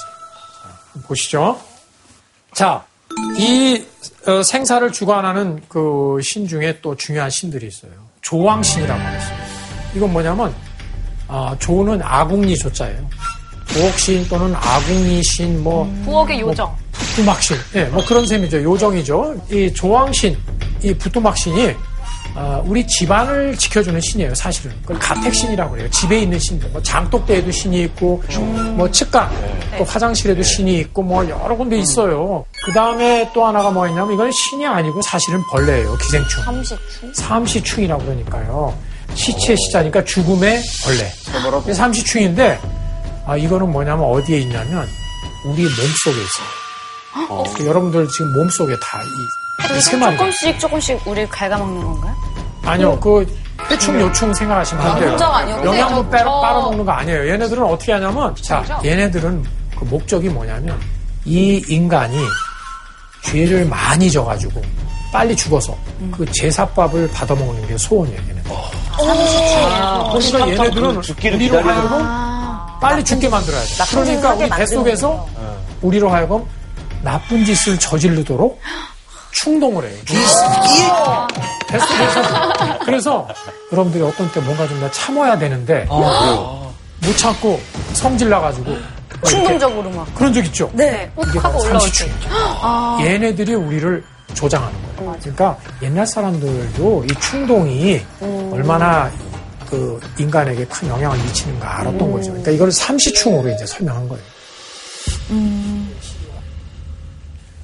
보시죠. 자, 이 어, 생사를 주관하는 그 신 중에 또 중요한 신들이 있어요. 조왕신이라고 하겠습니다. 이건 뭐냐면 아, 조는 아궁리 조자예요. 조옥신 또는 아궁리신 뭐
부엌의 요정.
부뚜막신, 예, 뭐 그런 셈이죠. 요정이죠. 이 조왕신, 이 부뚜막신이 아, 우리 집안을 지켜주는 신이에요, 사실은. 그걸 가택신이라고 그래요. 집에 있는 신들. 뭐 장독대에도 신이 있고, 뭐 측간, 또 화장실에도 신이 있고, 뭐 여러 군데 있어요. 그 다음에 또 하나가 뭐였냐면 이건 신이 아니고 사실은 벌레예요, 기생충. 삼시충이라고 그러니까요. 시체 시자니까 죽음의 벌레. 이게 삼시충인데 아, 이거는 뭐냐면 어디에 있냐면 우리 몸 속에 있어요. 그 여러분들 지금 몸 속에 다이 세만
조금씩 조금씩 우리 갉아먹는 건가요?
아니요 그 해충 요충 생각하시면 안 돼요.
혼자 음. 아니요.
영양분
근데 저-
빼 빨아먹는 거 아니에요. 얘네들은 어떻게 하냐면 자 얘네들은 그 목적이 뭐냐면 이 인간이 죄를 많이 져가지고 빨리 죽어서
음.
그 제사밥을 받아먹는 게 소원이에요. 얘네들. 그러니까 얘네들은
죽기를
우리로
기다리는
하여금 빨리 죽게 만들어야 돼.
아, 나쁜 짓을
그러니까
하게
우리 뱃
만드는
속에서 어. 우리로 하여금 나쁜 짓을 저지르도록 충동을 해요. 어. 뱃속에서. 그래서 여러분들이 어떤 때 뭔가 좀 더 참아야 되는데 못 참고 성질 나가지고 막 이렇게
충동적으로 막.
그런 적 있죠.
네.
이게 바로 삼시충이죠.
아.
얘네들이 우리를 조장하는 거예요. 그러니까 옛날 사람들도 이 충동이
음.
얼마나 그 인간에게 큰 영향을 미치는가 알았던
음.
거죠. 그러니까 이걸 삼시충으로 이제 설명한 거예요.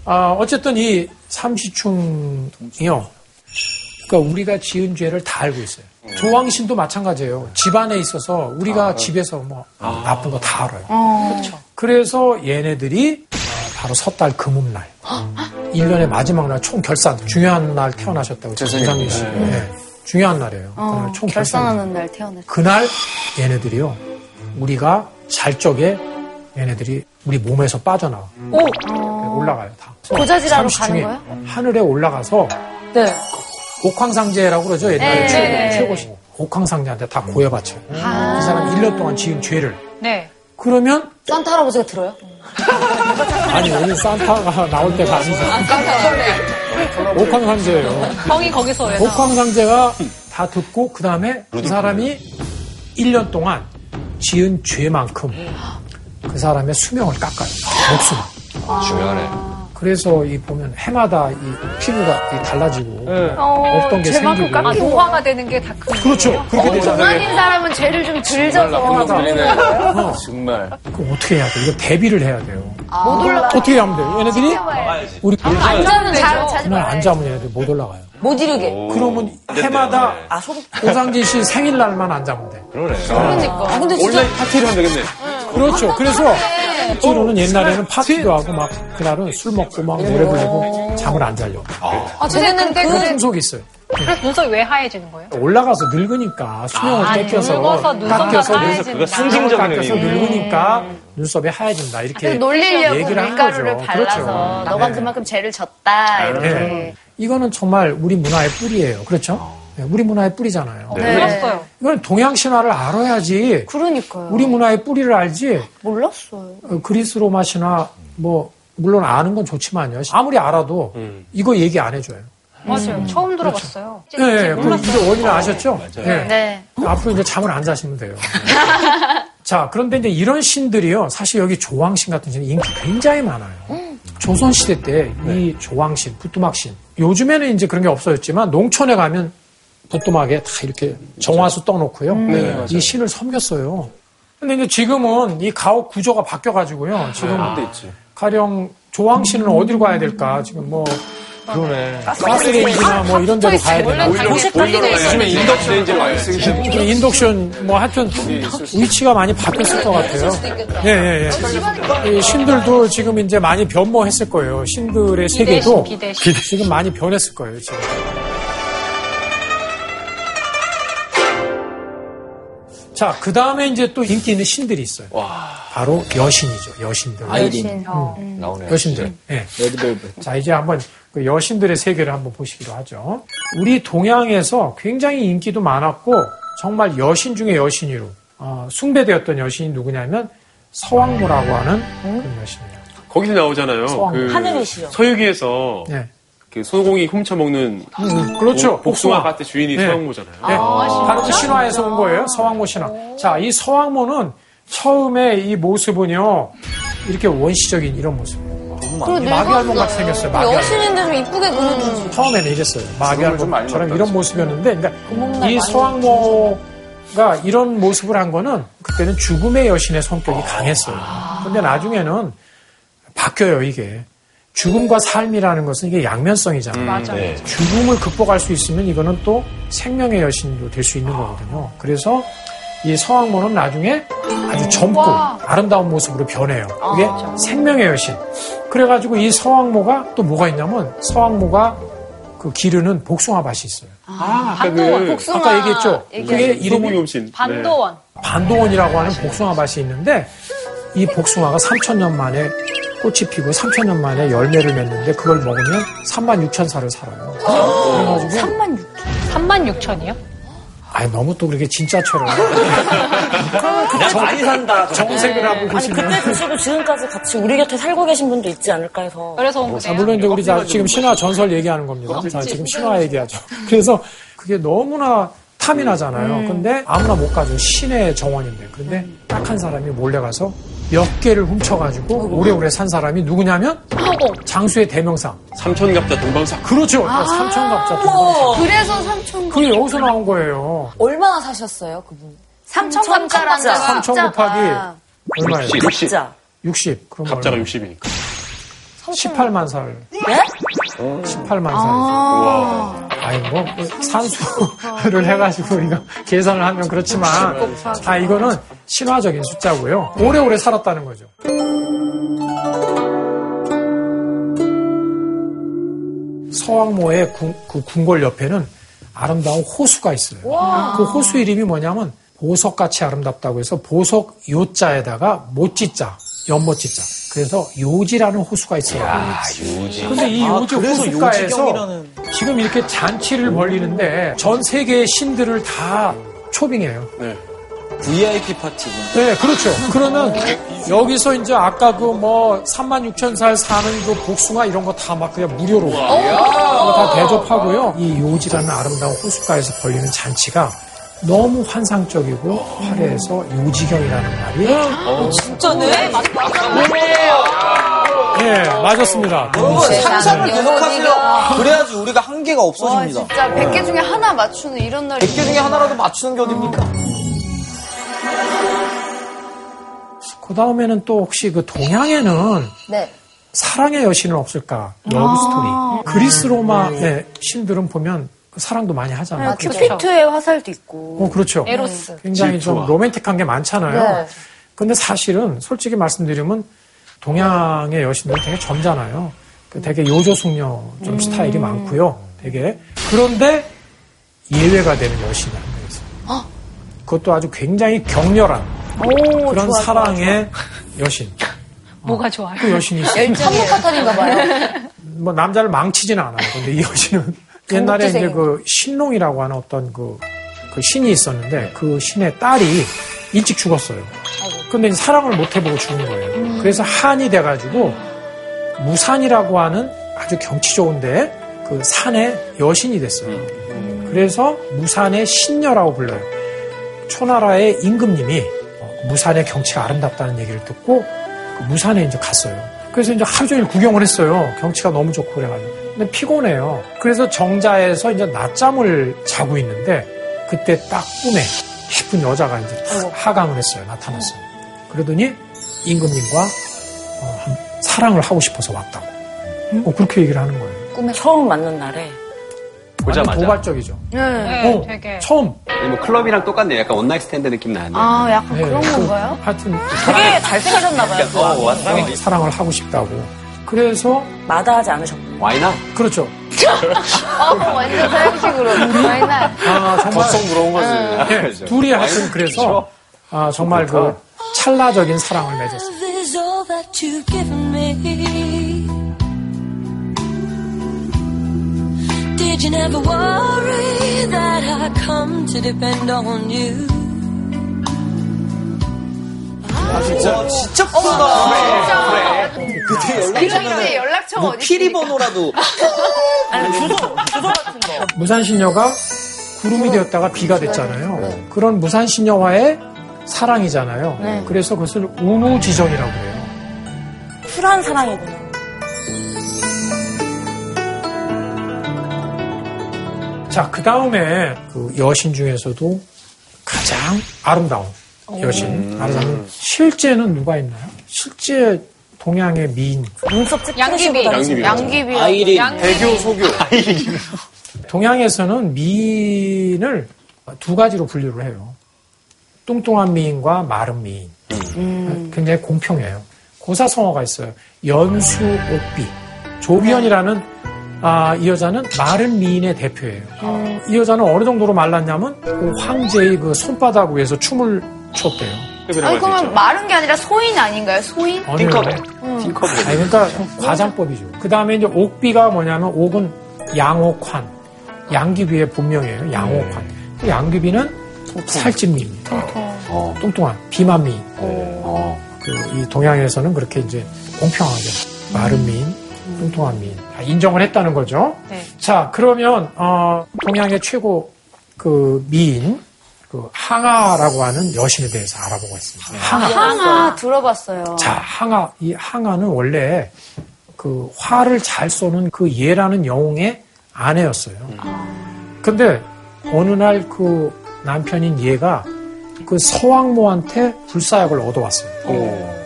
아, 어쨌든 이 삼시충이요. 그러니까 우리가 지은 죄를 다 알고 있어요. 조왕신도 마찬가지예요. 집안에 있어서 우리가 집에서 뭐 나쁜 거 다 알아요. 그래서 얘네들이 바로 섣달 금음날. 일년의 마지막 날 총결산. 중요한 날 태어나셨다고 전상민 씨. 네. 중요한 날이에요. 그날 총결산.
결산하는 날 태어났어.
그날 얘네들이요. 우리가 잘 적에 얘네들이 우리 몸에서 빠져나와. 네, 올라가요, 다.
고자질하러
삼시중에
가는
하늘에 올라가서
네.
옥황상제라고 그러죠. 옛날에
네,
최고,
네.
최고신. 옥황상제한테 다 고여바쳐요. 이 사람 일 년 동안 지은 죄를.
네.
그러면
아. 산타 할아버지가 들어요?
아니 오늘 산타가 나올 때가 아니죠. 옥황상제예요.
뻥이 거기서 왜 나와?
옥황상제가 다 듣고 그 다음에 그 사람이 1년 동안 지은 죄만큼 그 사람의 수명을 깎아요. 목숨을.
아. 중요하네.
그래서 이 보면 해마다 이 피부가 이 달라지고 없던
네.
게
어, 죄만큼
생기고
깎인 어, 노화가 되는 게 다크.
그렇죠. 그렇게 되죠.
인 사람은 죄를 좀 줄져서
들리네. 정말.
그럼 어떻게 해야 돼? 이거 대비를 해야 돼요.
아.
어떻게 하면 돼요? 얘네들이 우리
안 자는 잘 자지
그날
말아야지.
안 자면 얘네들 못 올라가요.
못 이루게.
그러면 해마다
네.
아, 소극.
오상진 씨 생일날만 안 자면 돼.
그러니까. 아, 근데 진짜
온라인 파티를 하면 되겠네.
그렇죠. 그래서 억지로는 옛날에는 파티도 하고 막 그날은 술 먹고 막 노래 부르고 잠을 안 자려고.
아, 쟤네는
근데
그
그래-
분석이 있어요.
그래서 눈썹이 왜 하얘지는 거예요?
올라가서 늙으니까 수명을
아,
깎여서
늙어서 눈썹만
깎여서
하얘진다.
눈썹-
그거 상징적인
깎여서
의미.
늙으니까 눈썹이 하얘진다 이렇게
그래서 놀리려고
예. 얘기를 한
밀가루를
거죠.
발라서
그렇죠.
너가
네.
그만큼 죄를 졌다 이렇게
네. 이거는 정말 우리 문화의 뿌리예요. 그렇죠? 네, 우리 문화의 뿌리잖아요.
네.
들었어요.
이건 동양 신화를 알아야지.
그러니까요.
우리 문화의 뿌리를 알지.
몰랐어요.
어, 그리스 로마 신화 뭐 물론 아는 건 좋지만요. 아무리 알아도 이거 얘기 안 해줘요.
맞아요. 처음 들어봤어요.
예, 예. 그 이제 원인을 아셨죠? 예.
네.
앞으로 이제 잠을 안 자시면 돼요. 자, 그런데 이제 이런 신들이요. 사실 여기 조왕신 같은 신은 인기 굉장히 많아요. 조선시대 때 이 조왕신, 부뚜막신. 요즘에는 이제 그런 게 없어졌지만 농촌에 가면 부뚜막에 다 이렇게 정화수 떠놓고요. 이 신을 섬겼어요. 근데 이제 지금은 이 가옥 구조가 바뀌어가지고요. 지금 가령 조왕신은 어디로 가야 될까? 지금 뭐
그러네.
가스레인지나 뭐 이런 데로 가야 되나?
보일러로 보일러로 요즘에 인덕션이 이제 많이 쓰기 때문에.
그 인덕션 뭐 하여튼 위치가 많이 바뀌었을 것 같아요. 예, 예, 예. 이 신들도 지금 이제 많이 변모했을 거예요. 신들의 세계도
기대신.
지금 많이 변했을 거예요. 지금. 자, 그 다음에 이제 또 인기 있는 신들이 있어요. 바로 여신이죠. 여신들. 음, 어,
아이린,
나오네.
여신들. 예.
레드벨벳.
자, 이제 한번 그 여신들의 세계를 한번 보시기로 하죠. 우리 동양에서 굉장히 인기도 많았고, 정말 여신 중에 여신이로, 어, 숭배되었던 여신이 누구냐면, 서왕무라고 하는 그런 여신이에요.
거기서 나오잖아요. 그
하늘의 시요.
서유기에서
예.
그 소공이 훔쳐먹는
그렇죠.
복숭아
복숭아.
밭의 주인이
네.
서영모잖아요.
예. 바로 그 신화에서 온 거예요. 서왕모 신화. 자, 이 서왕모는 처음에 이 모습은요, 이렇게 원시적인 이런 모습이에요. 이 마귀 할멈 같이 생겼어요. 마귀 할멈.
여신인데 좀
음.
이쁘게 그려주지.
처음에는 이랬어요.
주름을 좀 많이
마귀알몸처럼
넣었다,
이런
그치?
모습이었는데, 그러니까 이 서왕모가 이런 모습을 한 거는 그때는 죽음의 여신의 성격이 강했어요. 근데 나중에는 바뀌어요, 이게. 죽음과 삶이라는 것은 이게 양면성이잖아요. 네.
맞아. 요
죽음을 극복할 수 있으면 이거는 또 생명의 여신도 될 수 있는 거거든요. 그래서 이 서왕모는 나중에 아주 젊고 아름다운 모습으로 변해요. 그게 생명의 여신. 그래가지고 이 서왕모가 또 뭐가 있냐면 서왕모가 그 기르는 복숭아 밭이 있어요.
아, 아까
반도원
그
복숭아
아까 얘기했죠? 그게
소공이
예.
네.
이름이
훔친.
반도원
반도원이라고 하는 복숭아 밭이 있는데 이 복숭아가 3천년 만에 꽃이 피고 3천년 만에 열매를 맺는데 그걸 먹으면 3만 6천 살을 살아요. 그래가지고
3만 6천이요?
아니 너무 또 그렇게 진짜처럼 그냥 많이 산다
네.
정색을 하고
아니,
보시면
그때 드시고 지금까지 같이 우리 곁에 살고 계신 분도 있지 않을까 해서.
그래서 온
자,
거예요.
아, 물론 이제 우리 자, 지금 신화 전설 얘기하는 겁니다 자, 지금 신화 얘기하죠 그래서 그게 너무나 탐이 나잖아요 근데 아무나 못 가죠 신의 정원인데 그런데 딱 한 사람이 몰래 가서 몇 개를 훔쳐가지고 오래오래 산 사람이 누구냐면 장수의 대명상
삼천갑자 동방사.
그렇죠 삼천갑자 동방상
아. 그래서 삼천
그게 여기서 나온 거예요
얼마나 사셨어요, 그분?
삼천 아, 감자라는
삼천 곱하기 얼마예요?
진짜.
60 그럼
갑자가
얼마예요?
60이니까.
18만 살.
네?
아.
18만 살이죠. 아~ 이고 산수를 해가지고 이거 계산을 하면 그렇지만 다 이거는 신화적인 숫자고요. 오래오래 살았다는 거죠. 서왕모의 궁, 그 궁궐 옆에는 아름다운 호수가 있어요. 그 호수 이름이 뭐냐면 보석같이 아름답다고 해서 보석 요자에다가 모찌자, 연모찌자. 그래서 요지라는 호수가 있어요. 근데
아,
이 요지 호숫가에서 지금 이렇게 잔치를 벌리는데 전 세계의 신들을 다 초빙해요.
VIP 파티군.
네, 그렇죠. 그러면 여기서 이제 아까 그 뭐 3만 6천 살 사는 그 복숭아 이런 거 다 막 그냥 무료로 그거 다 대접하고요. 이 요지라는 아름다운 호숫가에서 벌리는 잔치가 너무 환상적이고 화려해서 요지경이라는 말이
어,
어,
진짜네?
예 맞았습니다.
여러분 상상을
세상에.
계속하세요. 그래야지 우리가 한계가 없어집니다.
진짜 100개 중에 하나 맞추는 이런 날이
100개 중에 하나라도 맞추는 게 어딥니까?
그 다음에는 또 혹시 그 동양에는
네.
사랑의 여신은 없을까? 러브 스토리. 그리스 로마의 예, 신들은 보면 그 사랑도 많이 하잖아요.
큐피트의 화살도 있고
어, 그렇죠.
에로스.
굉장히 좀 로맨틱한
네.
게 많잖아요. 근데 사실은 솔직히 말씀드리면 동양의 여신들은 되게 젊잖아요. 그 되게 요조숙녀
음.
좀 스타일이 많고요. 되게. 그런데 예외가 되는 여신이 한 명 있어요. 그것도 아주 굉장히 격렬한 그런 사랑의 여신.
뭐가 좋아요?
그 여신이 있어요.
천국 파탈인가 봐요.
뭐 남자를 망치진 않아요. 근데 이 여신은 옛날에 이제 그 신롱이라고 하는 어떤 그, 그 신이 있었는데 그 신의 딸이 일찍 죽었어요. 근데 이제 사랑을 못 해보고 죽은 거예요. 그래서 한이 돼가지고 무산이라고 하는 아주 경치 좋은데 그 산의 여신이 됐어요. 그래서 무산의 신녀라고 불러요. 초나라의 임금님이 어, 무산의 경치가 아름답다는 얘기를 듣고 그 무산에 이제 갔어요. 그래서 이제 하루 종일 구경을 했어요. 경치가 너무 좋고 그래가지고. 근데 피곤해요. 그래서 정자에서 이제 낮잠을 자고 있는데 그때 딱 꿈에 예쁜 여자가 이제 탁 하강을 했어요. 나타났어요. 그러더니 임금님과 어, 한- 사랑을 하고 싶어서 왔다고.
음?
어, 그렇게 얘기를 하는 거예요.
처음 만난 날에
보자마자.
완전 도발적이죠.
네,
어,
되게.
처음.
뭐 클럽이랑 똑같네요. 약간 원나잇 스탠드 느낌 나는데.
아 약간
네,
그런
그-
건가요?
하여튼
되게 잘생겨졌나 봐요. 그
어,
왕이.
왔다.
사랑을 하고 싶다고. 그래서
마다하지 않으셨고.
와이나?
그렇죠.
어 완전 서양식으로 와이나
아, 정말
겉성 부러운 거지.
예, 둘이 하여튼 그래서 아, 정말 그 찰나적인 사랑을 맺었어요.
is all that you've given me. Did you never worry that I come to depend on you?
와, 진짜 크다. 네. 아, 그때
이제
연락처는
연락처가
뭐
어디
피리 번호라도
아,
무산신녀가 구름이 되었다가 비가 됐잖아요. 그런 무산신녀와의 사랑이잖아요.
네.
그래서 그것을 운우지정이라고 해요.
쿨한 사랑이구나.
자, 그 다음에 그 여신 중에서도 가장 아름다운 여신. 아름다운. 실제는 누가 있나요? 실제 동양의 미인.
눈썹 찍히는
양귀비.
시보다
양귀비.
양귀비
아이린.
애교, 소교.
동양에서는 미인을 두 가지로 분류를 해요. 뚱뚱한 미인과 마른 미인. 굉장히 공평해요. 고사성어가 있어요. 연수 옥비. 조비현이라는 아, 이 여자는 마른 미인의 대표예요. 이 여자는 어느 정도로 말랐냐면 그 황제의 그 손바닥 위에서 춤을 췄대요.
아니 그러면 마른 게 아니라 소인 아닌가요? 소인?
어느
팅커벨.
여자-
팅커벨.
아니, 그러니까 과장법이죠. 그 다음에 이제 옥비가 뭐냐면 옥은 양옥환. 양귀비의 본명이에요. 양옥환. 그 양귀비는 살찐 미입니다.
어.
뚱뚱한 비만 미.
어.
그 이 동양에서는 그렇게 이제 공평하게 마른 미인, 뚱뚱한 미인 다 인정을 했다는 거죠.
네.
자 그러면 어, 동양의 최고 그 미인 그 항아라고 하는 여신에 대해서 알아보고 있습니다. 항아.
항아 들어봤어요.
자, 항아. 이 항아는 원래 그 활을 잘 쏘는 그 예라는 영웅의 아내였어요. 근데 어느 날 그 남편인 예가 그 서왕모한테 불사약을 얻어왔어요.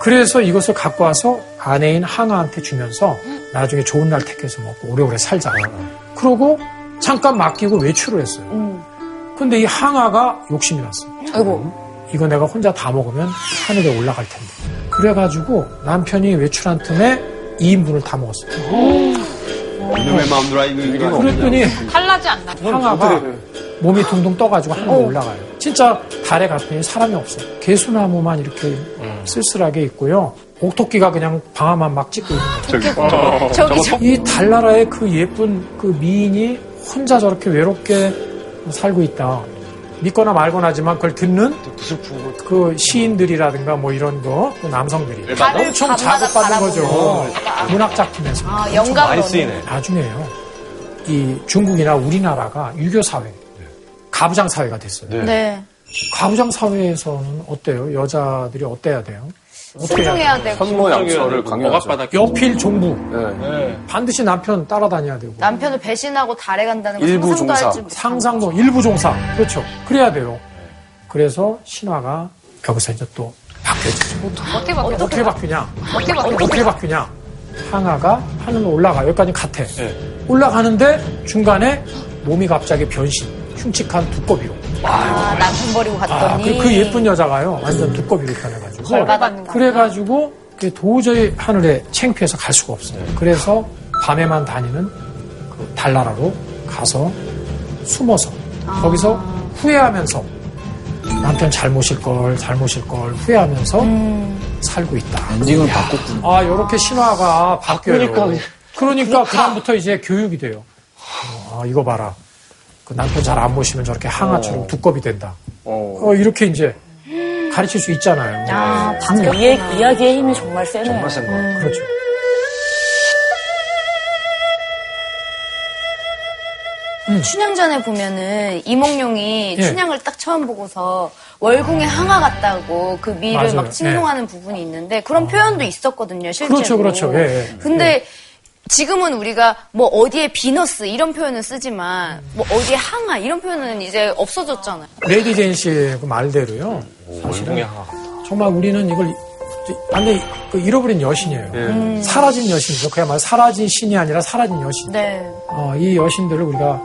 그래서 이것을 갖고 와서 아내인 항아한테 주면서 나중에 좋은 날 택해서 먹고 오래오래 살자. 그러고 잠깐 맡기고 외출을 했어요. 근데 이 항아가 욕심이 났어요. 이거 내가 혼자 다 먹으면 하늘에 올라갈 텐데. 그래가지고 남편이 외출한 틈에 2인분을 다 먹었어요.
이놈의 마음대로 아이고 이거
어, 네,
그랬더니
탈라지 않나?
항아가 몸이 둥둥 떠가지고
어.
하늘에 올라가요. 진짜 달에 갔더니 사람이 없어요. 개수나무만 이렇게
음.
쓸쓸하게 있고요. 옥토끼가 그냥 방아만 막 찍고 있는 거죠.
저기 뭐? 저
이 달나라의 그 예쁜 그 미인이 혼자 저렇게 외롭게 살고 있다. 믿거나 말거나 하지만 그걸 듣는 그 시인들이라든가 뭐 이런 거그 남성들이
받아?
엄청 자극받은 거죠. 문학 작품에서. 네,
아, 영감을
많이
얻는
쓰이네.
나중에요. 이 중국이나 우리나라가 유교 사회 가부장 사회가 됐어요.
네.
가부장 사회에서는 어때요? 여자들이 어때야 돼요? 어떻게 해야 돼요?
순종해야 되고
선모
어,
양처를 강요하죠.
억압받았기
여필 종부.
네.
반드시 남편 따라다녀야 되고.
남편을 배신하고 달에 간다는 거
일부
상상도
종사.
할줄 못-
상상도 뭐 일부 종상. 그렇죠. 그래야 돼요. 그래서 신화가 거기서 이제 또 바뀌어지죠.
어떻게 바뀌어?
어떻게 바뀌냐?
어떻게 바뀌어?
어떻게 바뀌냐? 상하가 하늘로 올라가. 여기까지 같아. 올라가는데 중간에 몸이 갑자기 변신. 흉측한 두꺼비로.
아, 남편 버리고
아,
갔더니
그,
네.
그 예쁜 여자가요. 완전 두꺼비로 변해가지고.
벌받았는 거.
그래가지고 그게 도저히 하늘에 창피해서 갈 수가 없어요. 그래서 밤에만 다니는 그 달나라로 가서 숨어서 거기서 후회하면서 남편 잘못일 걸 잘못일 걸 후회하면서 살고 있다.
엔딩을 바꿨군.
아 이렇게 신화가 바뀌어요. 그러니까 그다음부터 이제 교육이 돼요. 어, 아, 이거 봐라. 그 남편 잘 안 보시면 저렇게 항아처럼 두껍이 된다. 어, 이렇게 이제 가르칠 수 있잖아요.
이 이야기의 힘이 정말 세네요.
그렇죠.
춘향전에 보면은 이몽룡이
예.
춘향을 딱 처음 보고서 월궁의 항아 같다고 그 미를
맞아요. 예.
막 칭송하는 부분이 있는데 그런 표현도 있었거든요 실제로.
그렇죠, 그렇죠. 예, 예.
근데 지금은 우리가 뭐 어디에 비너스 이런 표현은 쓰지만 뭐 어디에 항아 이런 표현은 이제 없어졌잖아요.
레이디 젠 씨의 그 말대로요.
어, 네.
사실은 정말 우리는 이걸 이제 완전히 그 잃어버린 여신이에요. 사라진 여신이죠. 그야말로 사라진 신이 아니라 사라진 여신.
네.
어, 이 여신들을 우리가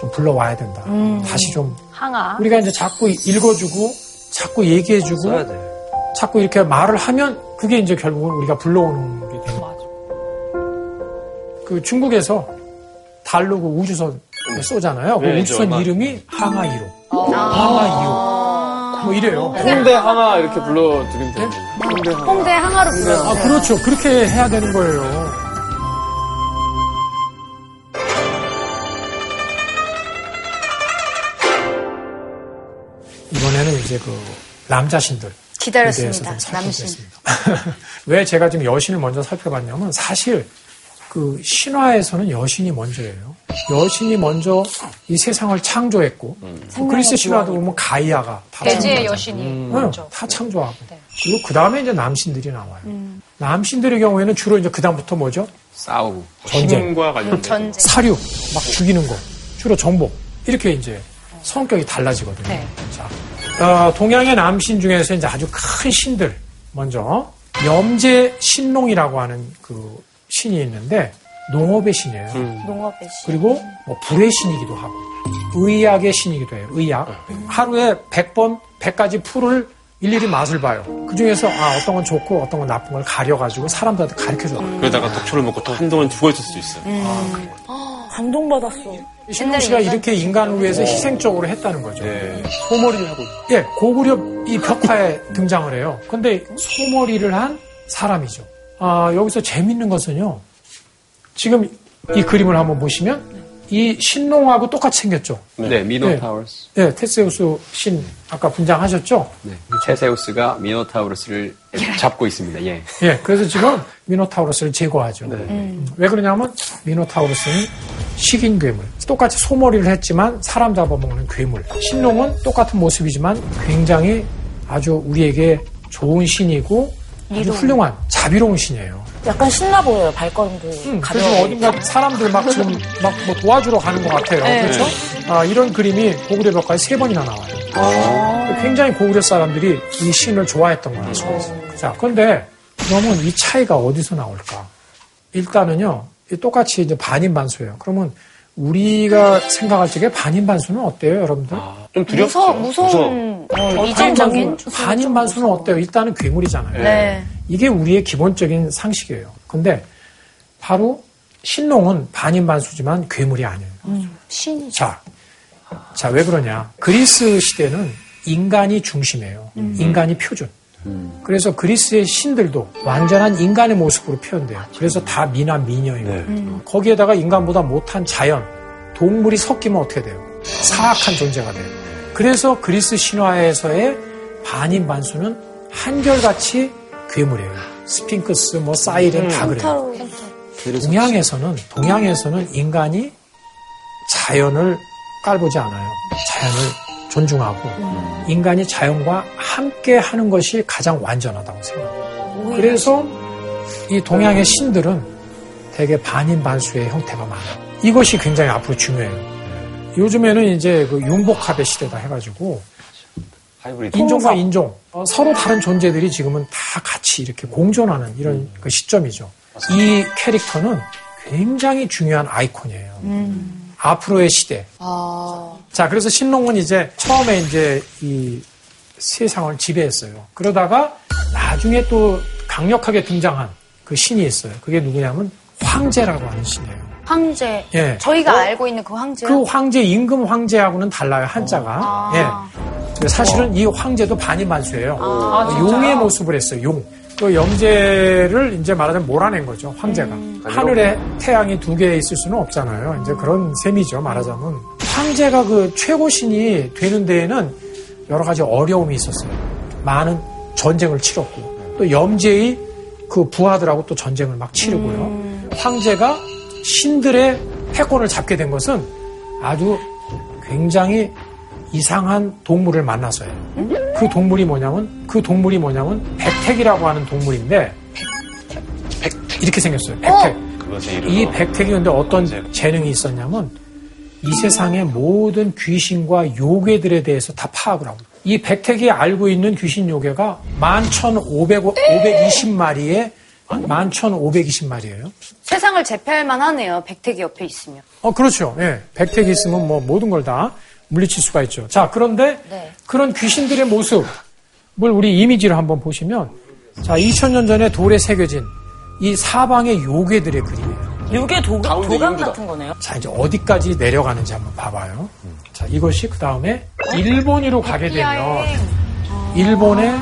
좀 불러와야 된다. 다시 좀
음. 항아.
우리가 이제 자꾸 읽어주고 자꾸 얘기해주고 자꾸 이렇게 말을 하면 그게 이제 결국은 우리가 불러오는 게 되는 거죠. 그 중국에서 달로 그 우주선 쏘잖아요. 그 우주선 이름이 항아이로. 항아이호. 뭐 이래요.
어.
홍대 하나 이렇게 불러드리면 되는 거예요.
홍대 항아로 불러요.
아, 그렇죠. 그렇게 해야 되는 거예요. 이번에는 이제 그 남자신들. 네,
기다렸습니다. 남신.
남신. 왜 제가 지금 여신을 먼저 살펴봤냐면 사실 그 신화에서는 여신이 먼저예요. 여신이 먼저 이 세상을 창조했고 또 그리스 신화도 보면 가이아가
네.
다
돼지의
창조하잖아요.
여신이
응,
먼저.
다 창조하고 그리고 그 다음에 이제 남신들이 나와요. 남신들의 경우에는 주로 이제 그 다음부터 뭐죠?
싸우고.
전쟁,
힘과 관련된
전쟁.
사륙, 막 죽이는 거, 주로 정복 이렇게 이제 성격이 달라지거든요.
네.
자, 어, 동양의 남신 중에서 이제 아주 큰 신들 먼저 염제 신농이라고 하는 그 신이 있는데 농업의 신이에요.
농업의 시.
그리고 뭐 불의 신이기도 하고 의약의 신이기도 해요. 의약. 하루에 100번, 100가지 풀을 일일이 맛을 봐요. 그중에서 아, 어떤 건 좋고 어떤 건 나쁜 걸 가려가지고 사람들한테 가르쳐줘요.
그러다가 독초를 먹고 또 한동안 죽어있을 수도 있어요.
음.
감동받았어.
신동 씨가 이렇게 인간을 위해서 희생적으로 했다는 거죠.
네. 소머리를 하고 있어요.
예, 고구려 이 벽화에 등장을 해요. 근데 소머리를 한 사람이죠. 아, 여기서 재밌는 것은요. 지금 이 그림을 한번 보시면 이 신농하고 똑같이 생겼죠.
네,
네.
미노타우러스.
예, 테세우스 신 아까 분장하셨죠?
네. 체세우스가 미노타우러스를 잡고 있습니다. 예.
예, 그래서 지금 미노타우로스를 제거하죠. 음, 왜 그러냐면 미노타우로스는 식인 괴물. 똑같이 소머리를 했지만 사람 잡아먹는 괴물. 신농은 똑같은 모습이지만 굉장히 아주 우리에게 좋은 신이고 아주 훌륭한 자비로운 신이에요.
약간 신나 보여요. 발걸음도
음, 그래서
가벼워.
어딘가 사람들 막 지금 막 뭐 도와주러 가는 것 같아요.
네.
그렇죠? 아, 이런 그림이 고구려 벽화에 세 번이나 나와요.
아.
굉장히 고구려 사람들이 이 신을 좋아했던
음.
거예요. 자, 그런데 그러면 이 차이가 어디서 나올까? 일단은요, 이 똑같이 이제 반인반수예요. 그러면 우리가 생각할 적에 반인반수는 어때요, 여러분들?
좀 두렵죠.
무서 무서운 어, 이질적인
반인반수는 어때요? 일단은 괴물이잖아요.
네.
이게 우리의 기본적인 상식이에요. 근데 바로 신농은 반인반수지만 괴물이 아니에요.
음, 신이죠.
자, 자, 왜 그러냐. 그리스 시대는 인간이 중심이에요.
음.
인간이 표준. 그래서 그리스의 신들도 완전한 인간의 모습으로 표현돼요. 그래서 다 미나 미녀예요.
음.
거기에다가 인간보다 못한 자연, 동물이 섞이면 어떻게 돼요? 사악한 존재가 돼요. 그래서 그리스 신화에서의 반인반수는 한결같이 괴물이에요. 스핑크스, 뭐 사이렌 다 그래요. 동양에서는 동양에서는 인간이 자연을 깔보지 않아요. 자연을 존중하고 인간이 자연과 함께 하는 것이 가장 완전하다고 생각해요. 그래서 이 동양의 신들은 되게 반인반수의 형태가 많아요. 이것이 굉장히 앞으로 중요해요. 요즘에는 이제 그 융복합의 시대다 해가지고
하이브리드.
인종과 인종 어, 서로 다른 존재들이 지금은 다 같이 이렇게 공존하는 이런
음.
그 시점이죠. 이 캐릭터는 굉장히 중요한 아이콘이에요. 앞으로의 시대. 자 그래서 신롱은 이제 처음에 이제 이 세상을 지배했어요. 그러다가 나중에 또 강력하게 등장한 그 신이 있어요. 그게 누구냐면 황제라고 하는 신이에요.
황제.
예.
저희가 알고 있는 그 황제.
그 황제 임금 황제하고는 달라요 한자가. 예. 근데 사실은 이 황제도 반인반수예요. 용의 모습을 했어요. 용. 그 염제를 이제 말하자면 몰아낸 거죠. 황제가 하늘에 태양이 두 개 있을 수는 없잖아요. 이제 그런 셈이죠. 말하자면 황제가 그 최고신이 되는 데에는 여러 가지 어려움이 있었어요. 많은 전쟁을 치렀고 또 염제의 그 부하들하고 또 전쟁을 막 치르고요. 황제가 신들의 패권을 잡게 된 것은 아주 굉장히 이상한 동물을 만나서요. 그 동물이 뭐냐면 그 동물이 뭐냐면 백택이라고 하는 동물인데 이렇게 생겼어요. 백택.
그것의 이름은
이 백택이 근데 어떤 재능이 있었냐면 이 세상의 모든 귀신과 요괴들에 대해서 다 파악을 하고 이 백택이 알고 있는 귀신 요괴가 11,520마리에 11,520마리예요.
세상을 제패할 만하네요. 백택이 옆에 있으면.
어, 그렇죠. 예. 백택이 있으면 뭐 모든 걸 다 물리칠 수가 있죠. 자, 그런데 그런 귀신들의 모습을 우리 이미지로 한번 보시면 자, 2000년 전에 돌에 새겨진 이 사방의 요괴들의 그림이에요.
요게 도, 도감 같은 거네요.
자, 이제 어디까지 내려가는지 한번 봐봐요. 자, 이것이 그 다음에 일본으로
아,
가게 되면 일본의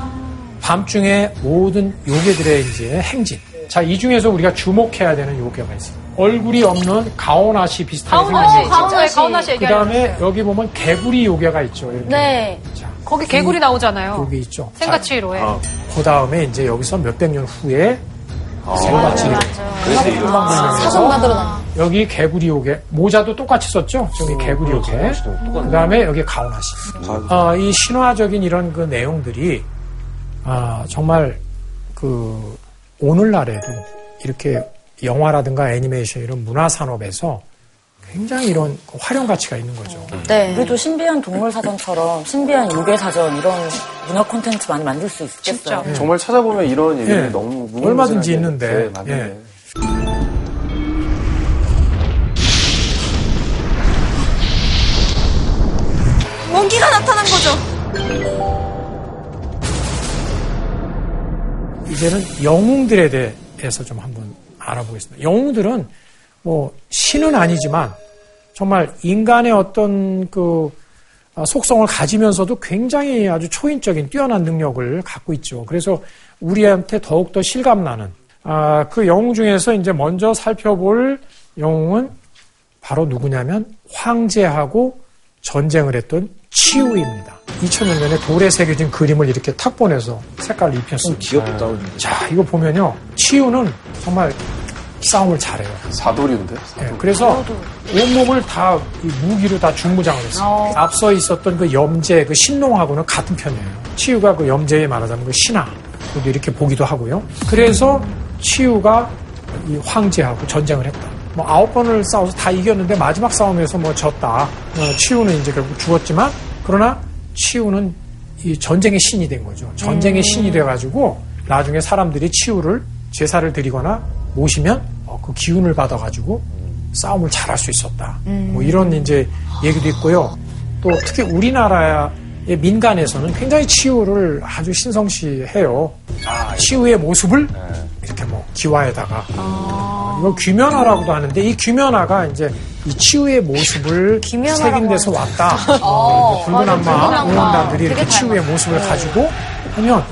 밤중에 모든 요괴들의 이제 행진. 자, 이 중에서 우리가 주목해야 되는 요괴가 있습니다. 얼굴이 없는 가오나시 비슷하게 생긴
가오나 씨,
요괴.
가오나 씨, 가오나 씨
그
얘기하는
다음에 여기 보면 개구리 요괴가 있죠. 이렇게.
네.
거기 개구리 나오잖아요.
여기 있죠.
생가치 로에
그 다음에 이제 여기서 몇백 년 후에 생마치
그래서 이름.
사선가들어 나.
여기 개구리 요괴 모자도 똑같이 썼죠. 저기 개구리 요괴. 그 다음에 여기 가오나시. 어, 이 신화적인 이런 그 내용들이 아, 정말 그 오늘날에도 이렇게 영화라든가 애니메이션 이런 문화 산업에서 굉장히 이런 그 활용 가치가 있는 거죠.
네.
우리도 신비한 동물 사전처럼 신비한 요괴 사전 이런 문화 콘텐츠 많이 만들 수 있겠어요.
예.
음.
정말 찾아보면 이런 얘기는
예.
너무 무궁무진하게
얼마든지 있는데.
네, 맞는데.
예.
몽기가 나타난 거죠.
이제는 영웅들에 대해서 좀 한번 알아보겠습니다. 영웅들은 뭐 신은 아니지만 정말 인간의 어떤 그 아, 속성을 가지면서도 굉장히 아주 초인적인 뛰어난 능력을 갖고 있죠. 그래서 우리한테 더욱더 실감나는 아, 그 영웅 중에서 이제 먼저 살펴볼 영웅은 바로 누구냐면 황제하고 전쟁을 했던 치우입니다. 2000년 전에 돌에 새겨진 그림을 이렇게 탁 보내서 색깔을
어,
입혔습니다.
귀엽다.
자, 이거 보면요. 치유는 정말 싸움을 잘해요.
사돌이인데?
예, 그래서 온몸을 다이 무기로 다 중무장을 했어요. 앞서 있었던 그 염제, 그 신농하고는 같은 편이에요. 치유가 그 염제에 말하자면 그 신하. 그것도 이렇게 보기도 하고요. 그래서 치유가 이 황제하고 전쟁을 했다. 뭐 아홉 번을 싸워서 다 이겼는데 마지막 싸움에서 뭐 졌다. 어, 치유는 이제 결국 죽었지만 그러나 치유는 이 전쟁의 신이 된 거죠. 전쟁의 신이 돼가지고 나중에 사람들이 치유를 제사를 드리거나 모시면 어, 그 기운을 받아가지고 싸움을 잘할 수 있었다. 뭐 이런 이제 얘기도 있고요. 또 특히 우리나라의 민간에서는 굉장히 치유를 아주 신성시해요. 치유의 모습을 이렇게 뭐 기와에다가 이걸 귀면화라고도 하는데 이 귀면화가 이제 이 치유의 모습을 새긴 데서 왔다. 어, 붉은 악마
뭐.
응원단들이 이렇게 치유의 모습을
네.
가지고 하면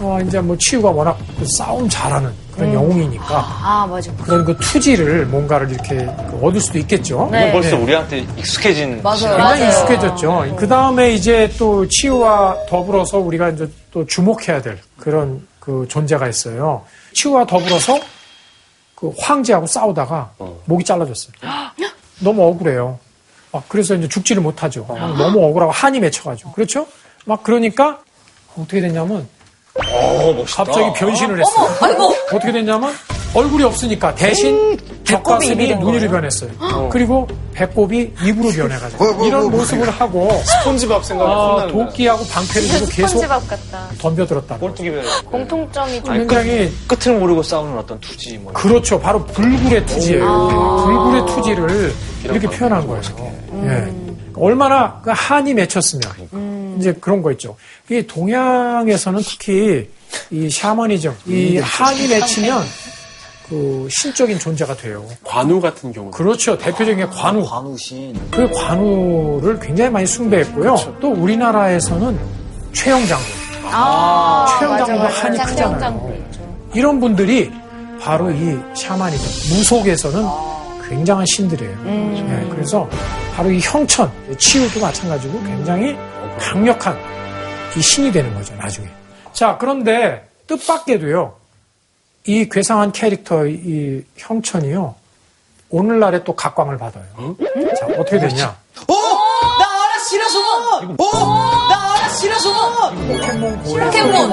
어, 이제 뭐 치유가 워낙 그 싸움 잘하는 그런 영웅이니까
음. 아, 맞아.
그런 그 투지를 뭔가를 이렇게 그 얻을 수도 있겠죠.
네.
벌써
네.
우리한테 익숙해진
굉장히 익숙해졌죠. 그 다음에 이제 또 치유와 더불어서 우리가 이제 또 주목해야 될 그런 그 존재가 있어요. 치유와 더불어서 그 황제하고 싸우다가 목이 잘라졌어요. 너무 억울해요. 어, 그래서 이제 죽지를 못하죠. 너무 억울하고 한이 맺혀가지고. 그렇죠? 막 그러니까 어떻게 됐냐면 갑자기 변신을 했어요. 어떻게 됐냐면 얼굴이 없으니까 대신 뒷가슴이 눈으로 변했어요. 그리고 배꼽이
그,
입으로 변해가지고 이런 모습을 하고
스폰지밥 생각이
그,
아,
혼나는 거야.
도끼하고 방패를 들고 계속
스펀지밥 같다.
덤벼들었다. 는
꼴뚜기 배를
공통점이 그, 좀
굉장히
끝을 모르고 싸우는 어떤 투지 뭐
그렇죠. 바로 불굴의 투지예요. 불굴의 투지를 이렇게 표현한 거예요. 예. 얼마나 그 한이 맺혔으면 이제 그런 거 있죠. 이 동양에서는 특히 이 샤머니즘, 이 한이 맺히면 그 신적인 존재가 돼요.
관우 같은 경우.
그렇죠. 대표적인 게 관우.
관우신.
그 관우를 굉장히 많이 숭배했고요. 또 우리나라에서는 최영장군. 최영장군도 한이 크잖아요. 어. 이런 분들이 바로 이 샤머니즘, 무속에서는 굉장한 신들이에요. 네, 그래서 바로 이 형천, 치유도 마찬가지고 굉장히 강력한 이 신이 되는 거죠, 나중에. 자, 그런데 뜻밖에도요, 이 괴상한 캐릭터, 이 형천이요, 오늘날에 또 각광을 받아요. 자, 어떻게 됐냐.
오! 어? 나 알아, 시라소모!
뭐.
오! 나 알아, 시라소모!
포켓몬 고래.
포켓몬.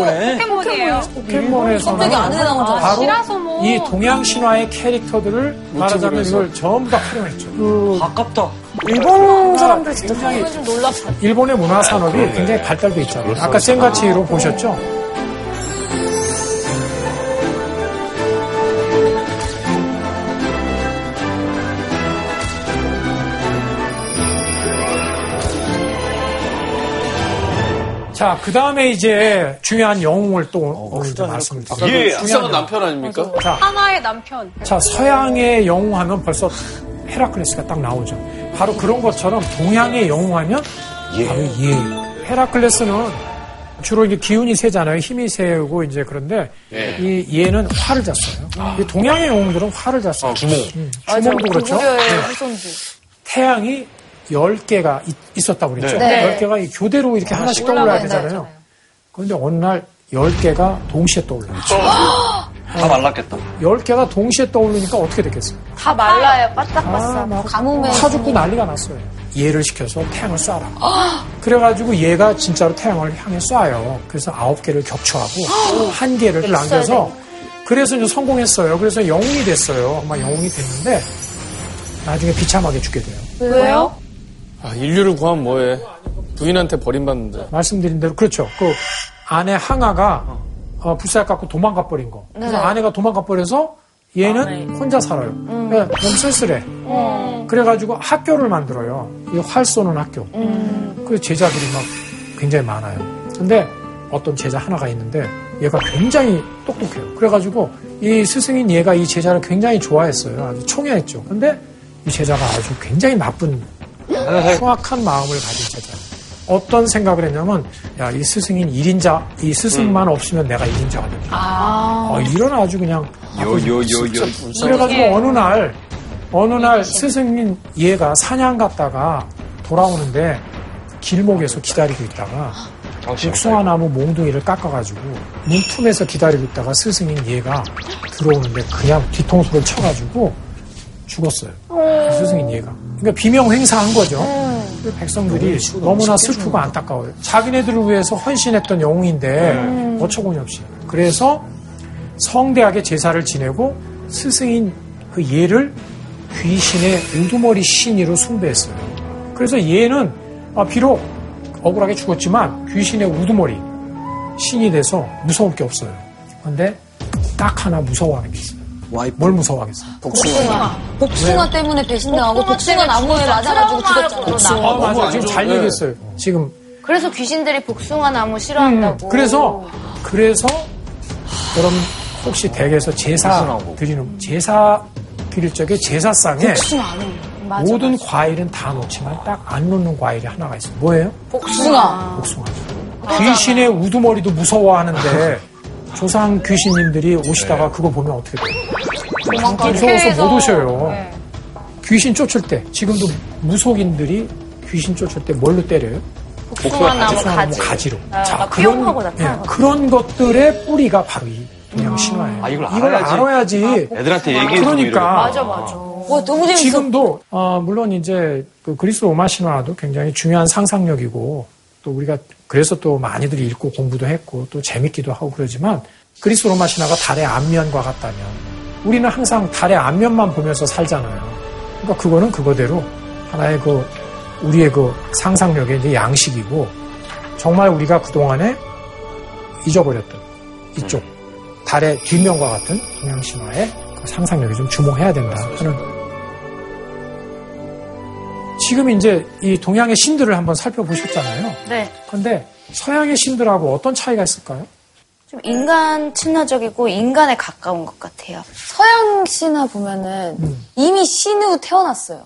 포켓몬이에요.
포켓몬에서
갑자기 아는 애 나온 줄 알았어.
바로
시라소모.
이 동양 신화의 캐릭터들을 말하자면 이걸 전부 다 활용했죠. 그
아깝다
일본 사람들 진짜 굉장히
좀 놀랍다.
일본의 문화 산업이 굉장히 발달돼 있잖아요. 아까 센가치로 보셨죠? 자, 그 다음에 이제 중요한 영웅을 또 오늘 좀 말씀을 드릴게요.
예.
불쌍한 남편 아닙니까?
자,
하나의 남편.
자, 서양의 영웅 하면 벌써 헤라클레스가 딱 나오죠. 바로 그런 것처럼 동양의 영웅 하면 바로 예. 헤라클레스는 주로 이제 기운이 세잖아요. 힘이 세고 이제 그런데 이 예는 활을 잤어요. 이 동양의 영웅들은 활을 잤어요. 주몽. 주몽도 그렇죠. 네. 태양이 10개가 있, 었다고 그랬죠.
네.
열 10개가 교대로 이렇게 하나씩 떠올라야 되잖아요. 그런데 어느 날 10개가 동시에 떠올라요.
다 말랐겠다
10개가 동시에 떠오르니까 어떻게 됐겠어요?
다 말라요.
아,
바싹바싹.
막
그 가뭄에.
사죽고 난리가 났어요. 얘를 시켜서 태양을 쏴라. 그래가지고 얘가 진짜로 태양을 향해 쏴요. 그래서 아홉 개를 격추하고 한 개를 남겨서 그래서 이제 성공했어요. 그래서 영웅이 됐어요. 아마 영웅이 됐는데 나중에 비참하게 죽게 돼요.
왜요?
아, 인류를 구하면 뭐해. 부인한테 버림받는데.
말씀드린 대로 그렇죠. 그 아내 항아가 어, 불살 갖고 도망가 버린 거. 그래서 아내가 도망가 버려서 얘는 혼자 네. 살아요. 네, 너무 쓸쓸해. 그래가지고 학교를 만들어요. 이 활 쏘는 학교. 그 제자들이 막 굉장히 많아요. 근데 어떤 제자 하나가 있는데 얘가 굉장히 똑똑해요. 그래가지고 이 스승인 얘가 이 제자를 굉장히 좋아했어요. 아주 총애했죠. 근데 이 제자가 아주 굉장히 나쁜 흉악한 마음을 가진 제자. 어떤 생각을 했냐면 야 이 스승인 일인자이 스승만 없으면 내가 일인자가 된다. 어, 이런 아주 그냥
요요요요.
그래가지고 어느 날 어느 날 스승인 얘가 사냥 갔다가 돌아오는데 길목에서 기다리고 있다가 복숭아 나무 몽둥이를 깎아가지고 문틈에서 기다리고 있다가 스승인 얘가 들어오는데 그냥 뒤통수를 쳐가지고 죽었어요. 그 스승인 얘가. 그러니까 비명 횡사한 거죠. 그 백성들이 너무나 슬프고 안타까워요. 자기네들을 위해서 헌신했던 영웅인데 어처구니 없이. 그래서 성대하게 제사를 지내고 스승인 그 예를 귀신의 우두머리 신이로 숭배했어요. 그래서 예는 아, 비록 억울하게 죽었지만 귀신의 우두머리 신이 돼서 무서울 게 없어요. 근데 딱 하나 무서워하는 게 있어요.
와이프.
뭘 무서워하겠어요? 네.
복숭아 때문에 배신당하고 복숭아 나무에 맞아가지고 죽었잖아.
아, 맞아요. 지금 잘 얘기했어요. 지금
그래서 귀신들이 복숭아 나무 싫어한다고.
음, 그래서 그래서 그럼 혹시 댁에서 제사 드리는 제사 드릴 적에 제사상에 모든 과일은 다 놓지만 딱 안 놓는 과일이 하나가 있어요. 뭐예요?
복숭아.
복숭아죠. 귀신의 우두머리도 무서워하는데 조상 귀신님들이 오시다가 그거 보면 어떻게 돼요? 무서워서 못 오셔요. 귀신 쫓을 때 지금도 무속인들이 귀신 쫓을 때 뭘로 때려요?
복숭아 나무
복숭아 나무 뭐
가지.
가지로. 자,
뿅하고 나타나거든요.
예, 그런 것들의 뿌리가 바로 이 동양 신화예요.
아, 이걸
이걸
알아야지.
알아야지.
애들한테 얘기해 주고
그러니까
맞아 맞아.
와, 너무 재밌어.
지금도 어, 물론 이제 그 그리스 로마 신화도 굉장히 중요한 상상력이고 또 우리가 그래서 또 많이들 읽고 공부도 했고 또 재밌기도 하고 그러지만 그리스 로마 신화가 달의 앞면과 같다면 우리는 항상 달의 앞면만 보면서 살잖아요. 그러니까 그거는 그거대로 하나의 그 우리의 그 상상력의 이제 양식이고 정말 우리가 그 동안에 잊어버렸던 이쪽 달의 뒷면과 같은 동양 신화의 그 상상력에 좀 주목해야 된다 하는 지금 이제 이 동양의 신들을 한번 살펴보셨잖아요.
네.
근데 서양의 신들하고 어떤 차이가 있을까요?
좀 인간 친화적이고 인간에 가까운 것 같아요. 서양 신화 보면은
음.
이미 신으로 태어났어요.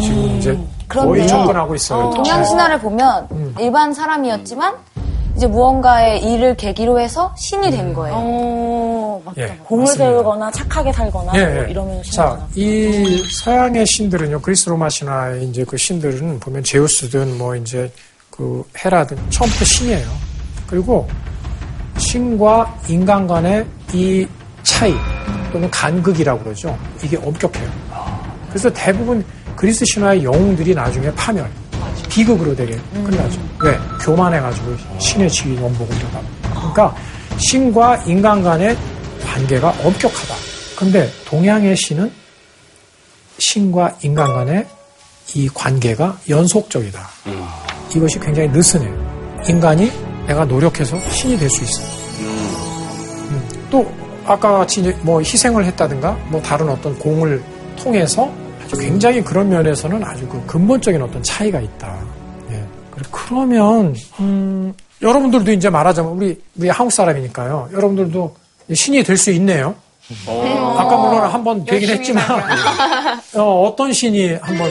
지금 이제 거의
그런데요.
접근하고 있어요. 예,
동양 신화를 보면
음.
일반 사람이었지만 이제 무언가의 일을 계기로 해서 신이 된
음.
거예요.
예,
공을
맞습니다.
세우거나 착하게 살거나
예,
뭐
예.
이러면
자,
신이잖아.
이 서양의 신들은요, 그리스 로마 신화의 이제 그 신들은 보면 제우스든 뭐 이제 그 헤라든 처음부터 신이에요. 그리고 신과 인간 간의 이 차이 또는 간극이라고 그러죠. 이게 엄격해요. 그래서 대부분 그리스 신화의 영웅들이 나중에 파멸, 비극으로 되게 끝나죠. 왜? 교만해가지고 신의 지위 넘보고 이러다. 그러니까 신과 인간 간의 관계가 엄격하다. 근데 동양의 신은 신과 인간 간의 이 관계가 연속적이다. 이것이 굉장히 느슨해요. 인간이 내가 노력해서 신이 될 수 있어. 음. 또 아까 같이 이제 뭐 희생을 했다든가 뭐 다른 어떤 공을 통해서 아주 굉장히 그런 면에서는 아주 그 근본적인 어떤 차이가 있다. 예. 그래- 그러면 음, 여러분들도 이제 말하자면 우리 우리 한국 사람이니까요. 여러분들도 신이 될 수 있네요. 아까 물론 한 번 되긴 했지만 어, 떤 신이 한번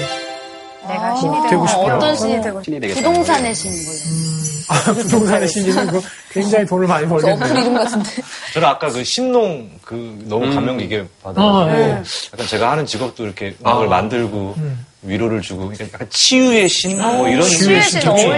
내가 신이
되고 싶어요.
어떤 신이
아,
되고
신이
싶어요?
되겠어요.
부동산의 신인 거예요.
부동산의 신이면 그거 굉장히 돈을 많이
어플
벌겠네요.
이름 같은데.
저는 아까 그 신농 그 너무 감명 깊게
아,
받아가지고
네.
약간 제가 하는 직업도 이렇게 음악을 만들고 위로를 주고 그러니까 약간 치유의 신 뭐 이런
아, 치유의 신 어울려요.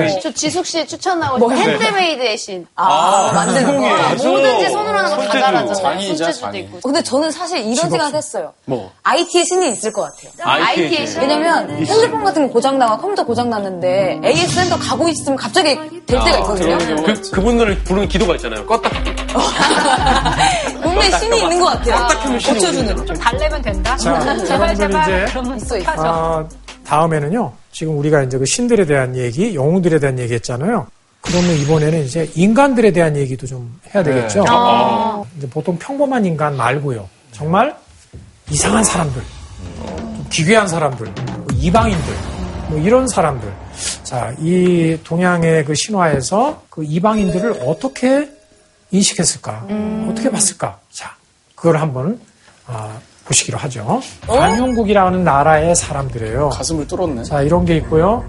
네.
저 지숙 씨 추천하고 싶은 핸드메이드의 신.
아, 만드는 거.
뭐든지 손으로
어, 네,
하는 거 다
손재주.
잘하잖아요.
장인이자
손재주도
장인.
있고.
근데 저는 사실 이런 생각 했어요.
뭐?
IT의 신이 있을 것 같아요.
IT의 신.
왜냐면 핸드폰 같은 거 고장나고 컴퓨터 고장났는데 ASM도 가고 있으면 갑자기 될 때가 있거든요.
그, 그분들을 부르는 기도가 있잖아요. 껐다
분명히 신이 있는 것 같아요. 고쳐주는.
좀 달래면 된다.
자,
제발 제발.
여러분들 이제
그러면
있어, 있어.
아, 다음에는요. 지금 우리가 이제 그 신들에 대한 얘기, 영웅들에 대한 얘기 했잖아요. 그러면 이번에는 이제 인간들에 대한 얘기도 좀 해야 되겠죠. 이제 보통 평범한 인간 말고요. 정말 이상한 사람들, 좀 기괴한 사람들, 뭐 이방인들, 뭐 이런 사람들. 자, 이 동양의 그 신화에서 그 이방인들을 어떻게 인식했을까?
음.
어떻게 봤을까? 자, 그걸 한번 아, 보시기로 하죠.
어?
반영국이라는 나라의 사람들이에요.
가슴을 뚫었네.
자, 이런 게 있고요.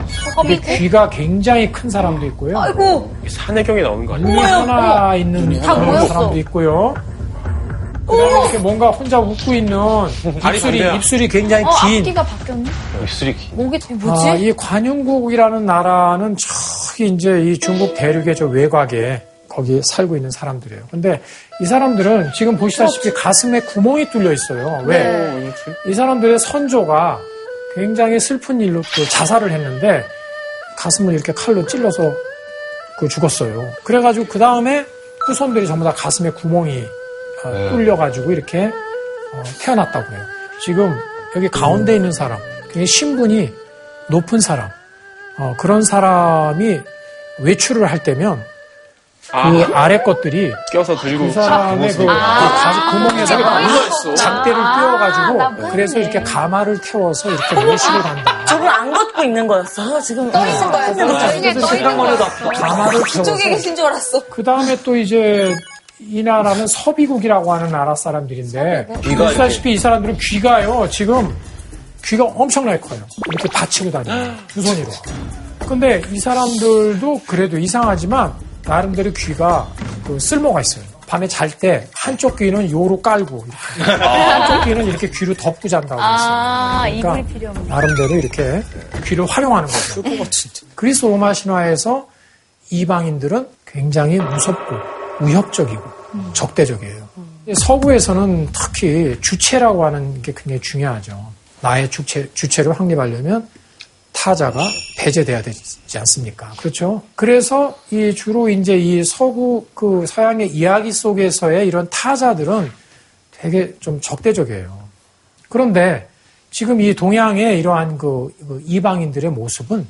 이게 귀가 굉장히 큰 사람도 있고요.
아이고,
산해경이 나오는 거 아니에요?
눈이 하나 있는 그런
모였어.
사람도 있고요. 그다음에 이렇게 뭔가 혼자 웃고 있는 입술이 입술이 굉장히
어,
긴.
입술이 긴.
목이 되 뭐지?
아, 이 관용국이라는 나라는 저기 이제 이 중국 대륙의 저 외곽에 거기 살고 있는 사람들이에요. 근데 이 사람들은 지금
어,
보시다시피 가슴에 구멍이 뚫려 있어요. 왜?
네.
이 사람들의 선조가 굉장히 슬픈 일로 또 자살을 했는데 가슴을 이렇게 칼로 찔러서 그 죽었어요. 그래가지고 그 다음에 후손들이 전부 다 가슴에 구멍이 어, 뚫려가지고 이렇게 어, 태어났다고 해요. 지금 여기 가운데 있는 사람, 굉장히 신분이 높은 사람, 어, 그런 사람이 외출을 할 때면 그 아래 것들이
껴서 들고
그 사람의 그,
아,
가
아,
아,
구멍에다가 장대를
아,
띄워가지고 그래서 이렇게 가마를 태워서 이렇게 외식을 한다.
저걸 안 걷고 있는 거였어요. 지금
떠 있는 거야.
나중에
아,
떠 있는 뭐 거였어.
가마를 태워서
아, 그쪽에 계신 줄 알았어.
그 다음에 또 이제 이 나라는 서비국이라고 하는 나라 사람들인데 보시다시피 이 사람들은 귀가요 지금 귀가 엄청나게 커요 이렇게 받치고 다녀요 두 손으로 근데 이 사람들도 그래도 이상하지만 나름대로 귀가 그 쓸모가 있어요 밤에 잘 때 한쪽 귀는 요로 깔고 이렇게. 한쪽 귀는 이렇게 귀로 덮고 잔다고 그랬어요
아, 이불이 어,
그러니까
필요 없네.
나름대로 이렇게 귀를 활용하는 거죠. 그리스 로마 신화에서
음.
이방인들은 굉장히 무섭고 위협적이고 적대적이에요. 근데 서구에서는 특히 주체라고 하는 게 굉장히 중요하죠. 나의 주체, 주체를 확립하려면 타자가 배제돼야 되지 않습니까? 그렇죠. 그래서 이 주로 이제 이 서구 그 서양의 이야기 속에서의 이런 타자들은 되게 좀 적대적이에요. 그런데 지금 이 동양의 이러한 그, 그 이방인들의 모습은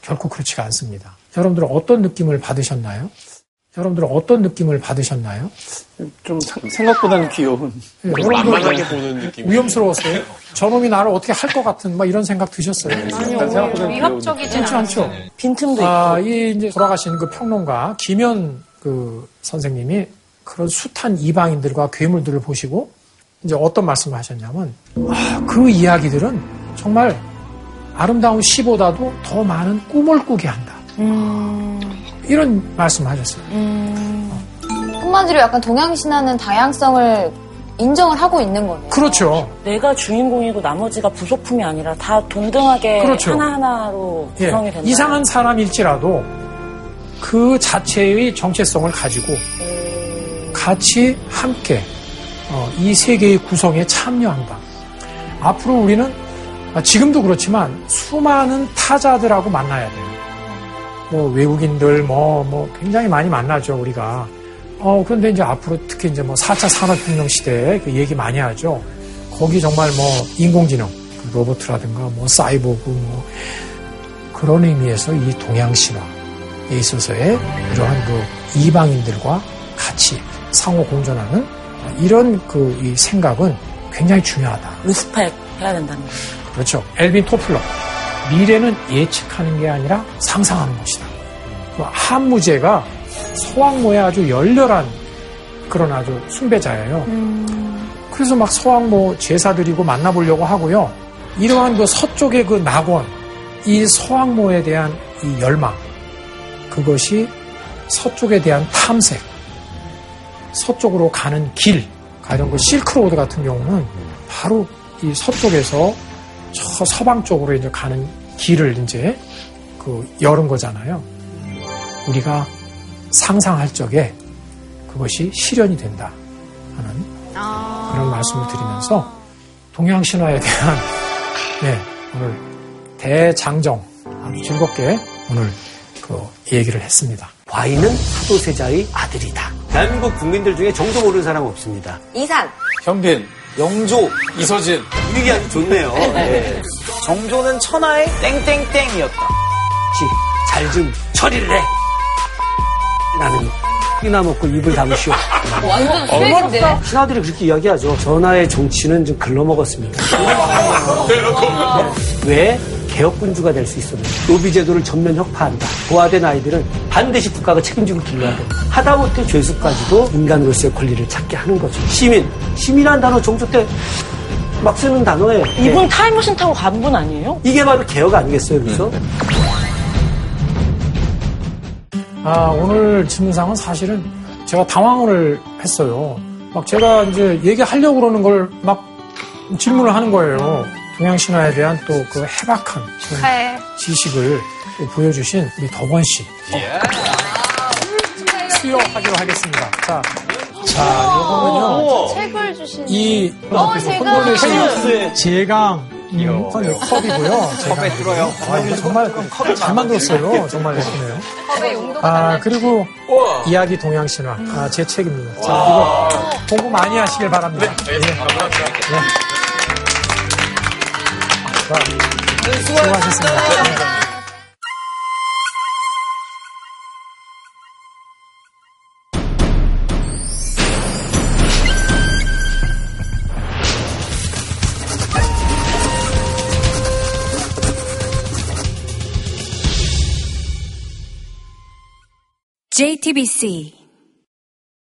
결코 그렇지가 않습니다. 여러분들은 어떤 느낌을 받으셨나요? 여러분들은 어떤 느낌을 받으셨나요?
좀 사- 생각보다는 귀여운.
예, 여러분들
보는 느낌.
위험스러웠어요? 저놈이 나를 어떻게 할 것 같은 막 이런 생각 드셨어요?
위협적이진
그렇지 않죠.
않죠.
빈틈도
아, 이 이제 돌아가신 그 평론가 김현 그 선생님이 그런 숱한 이방인들과 괴물들을 보시고 이제 어떤 말씀을 하셨냐면 아, 그 이야기들은 정말 아름다운 시보다도 더 많은 꿈을 꾸게 한다. 이런 말씀을 하셨어요.
한마디로 약간 동양 신화는 다양성을 인정을 하고 있는 거네요.
그렇죠.
내가 주인공이고 나머지가 부속품이 아니라 다 동등하게
그렇죠.
하나하나로
예,
구성이 된다.
이상한 사람일지라도 그 자체의 정체성을 가지고 같이 함께 어, 이 세계의 구성에 참여한다. 앞으로 우리는 아, 지금도 그렇지만 수많은 타자들하고 만나야 돼요. 뭐 외국인들 뭐, 뭐 굉장히 많이 만나죠 우리가. 어, 그런데 이제 앞으로 특히 이제 뭐 4차 산업혁명 시대에 그 얘기 많이 하죠. 거기 정말 뭐 인공지능, 그 로봇이라든가 뭐 사이보그 뭐 그런 의미에서 이 동양 신화에 있어서의 이러한 그 이방인들과 같이 상호 공존하는 이런 그 이 생각은 굉장히 중요하다.
리스펙 해야 된다는 거.
그렇죠. 엘빈 토플러. 미래는 예측하는 게 아니라 상상하는 것이다. 그 한무제가 서왕모의 아주 열렬한 그런 아주 숭배자예요. 그래서 막 서왕모 제사드리고 만나보려고 하고요. 이러한 그 서쪽의 그 낙원, 이 서왕모에 대한 이 열망, 그것이 서쪽에 대한 탐색, 서쪽으로 가는 길, 가령 그 실크로드 같은 경우는 바로 이 서쪽에서 저 서방 쪽으로 이제 가는 길을 이제 그 열은 거잖아요. 우리가 상상할 적에 그것이 실현이 된다 하는 그런 말씀을 드리면서 동양 신화에 대한 예, 오늘 대장정 아주 즐겁게 오늘 그 얘기를 했습니다.
과인은 사도세자의 아들이다. 대한민국 국민들 중에 정도 모르는 사람 없습니다.
이산.
현빈, 영조, 이서진.
분위기 아주 좋네요. 네.
정조는 천하의 땡땡땡이었다.
잘 좀 처리를 해. 나는 이나 먹고 입을 담으시오.
완전 쓰레기인데.
신하들이 그렇게 이야기하죠. 전하의 정치는 좀 글러먹었습니다. 왜 개혁군주가 될 수 있었는가? 노비제도를 그 전면 혁파한다. 부하된 아이들은 반드시 국가가 책임지고 길러야 된다. 하다못해 죄수까지도 인간으로서의 권리를 찾게 하는 거죠. 시민. 시민이라는 단어 정조 때 막 쓰는 단어예요.
이분 타임머신 타고 간 분 아니에요?
이게 바로 개혁 아니겠어요, 그래서?
아, 오늘 질문상은 사실은 제가 당황을 했어요. 막 제가 이제 얘기하려고 그러는 걸 막 질문을 하는 거예요. 동양신화에 대한 또 그 해박한 그런
축하해.
지식을 보여주신 우리 덕원 씨. 어, 수여하기로 하겠습니다. 자, 자,
어.
요거는요.
책을 주신.
이,
어, 제가.
폴리스의 제감. 음, 컵이고요. 컵에 들어요. 정말 잘 만들었어요. 정말 예쁘네요.
컵에 용도가
아, 그리고 이야기 동양 신화. 아, 제 책입니다. 자, 이거 공부 많이 하시길 바랍니다. 네, 네. 수고하셨습니다. 네.
JTBC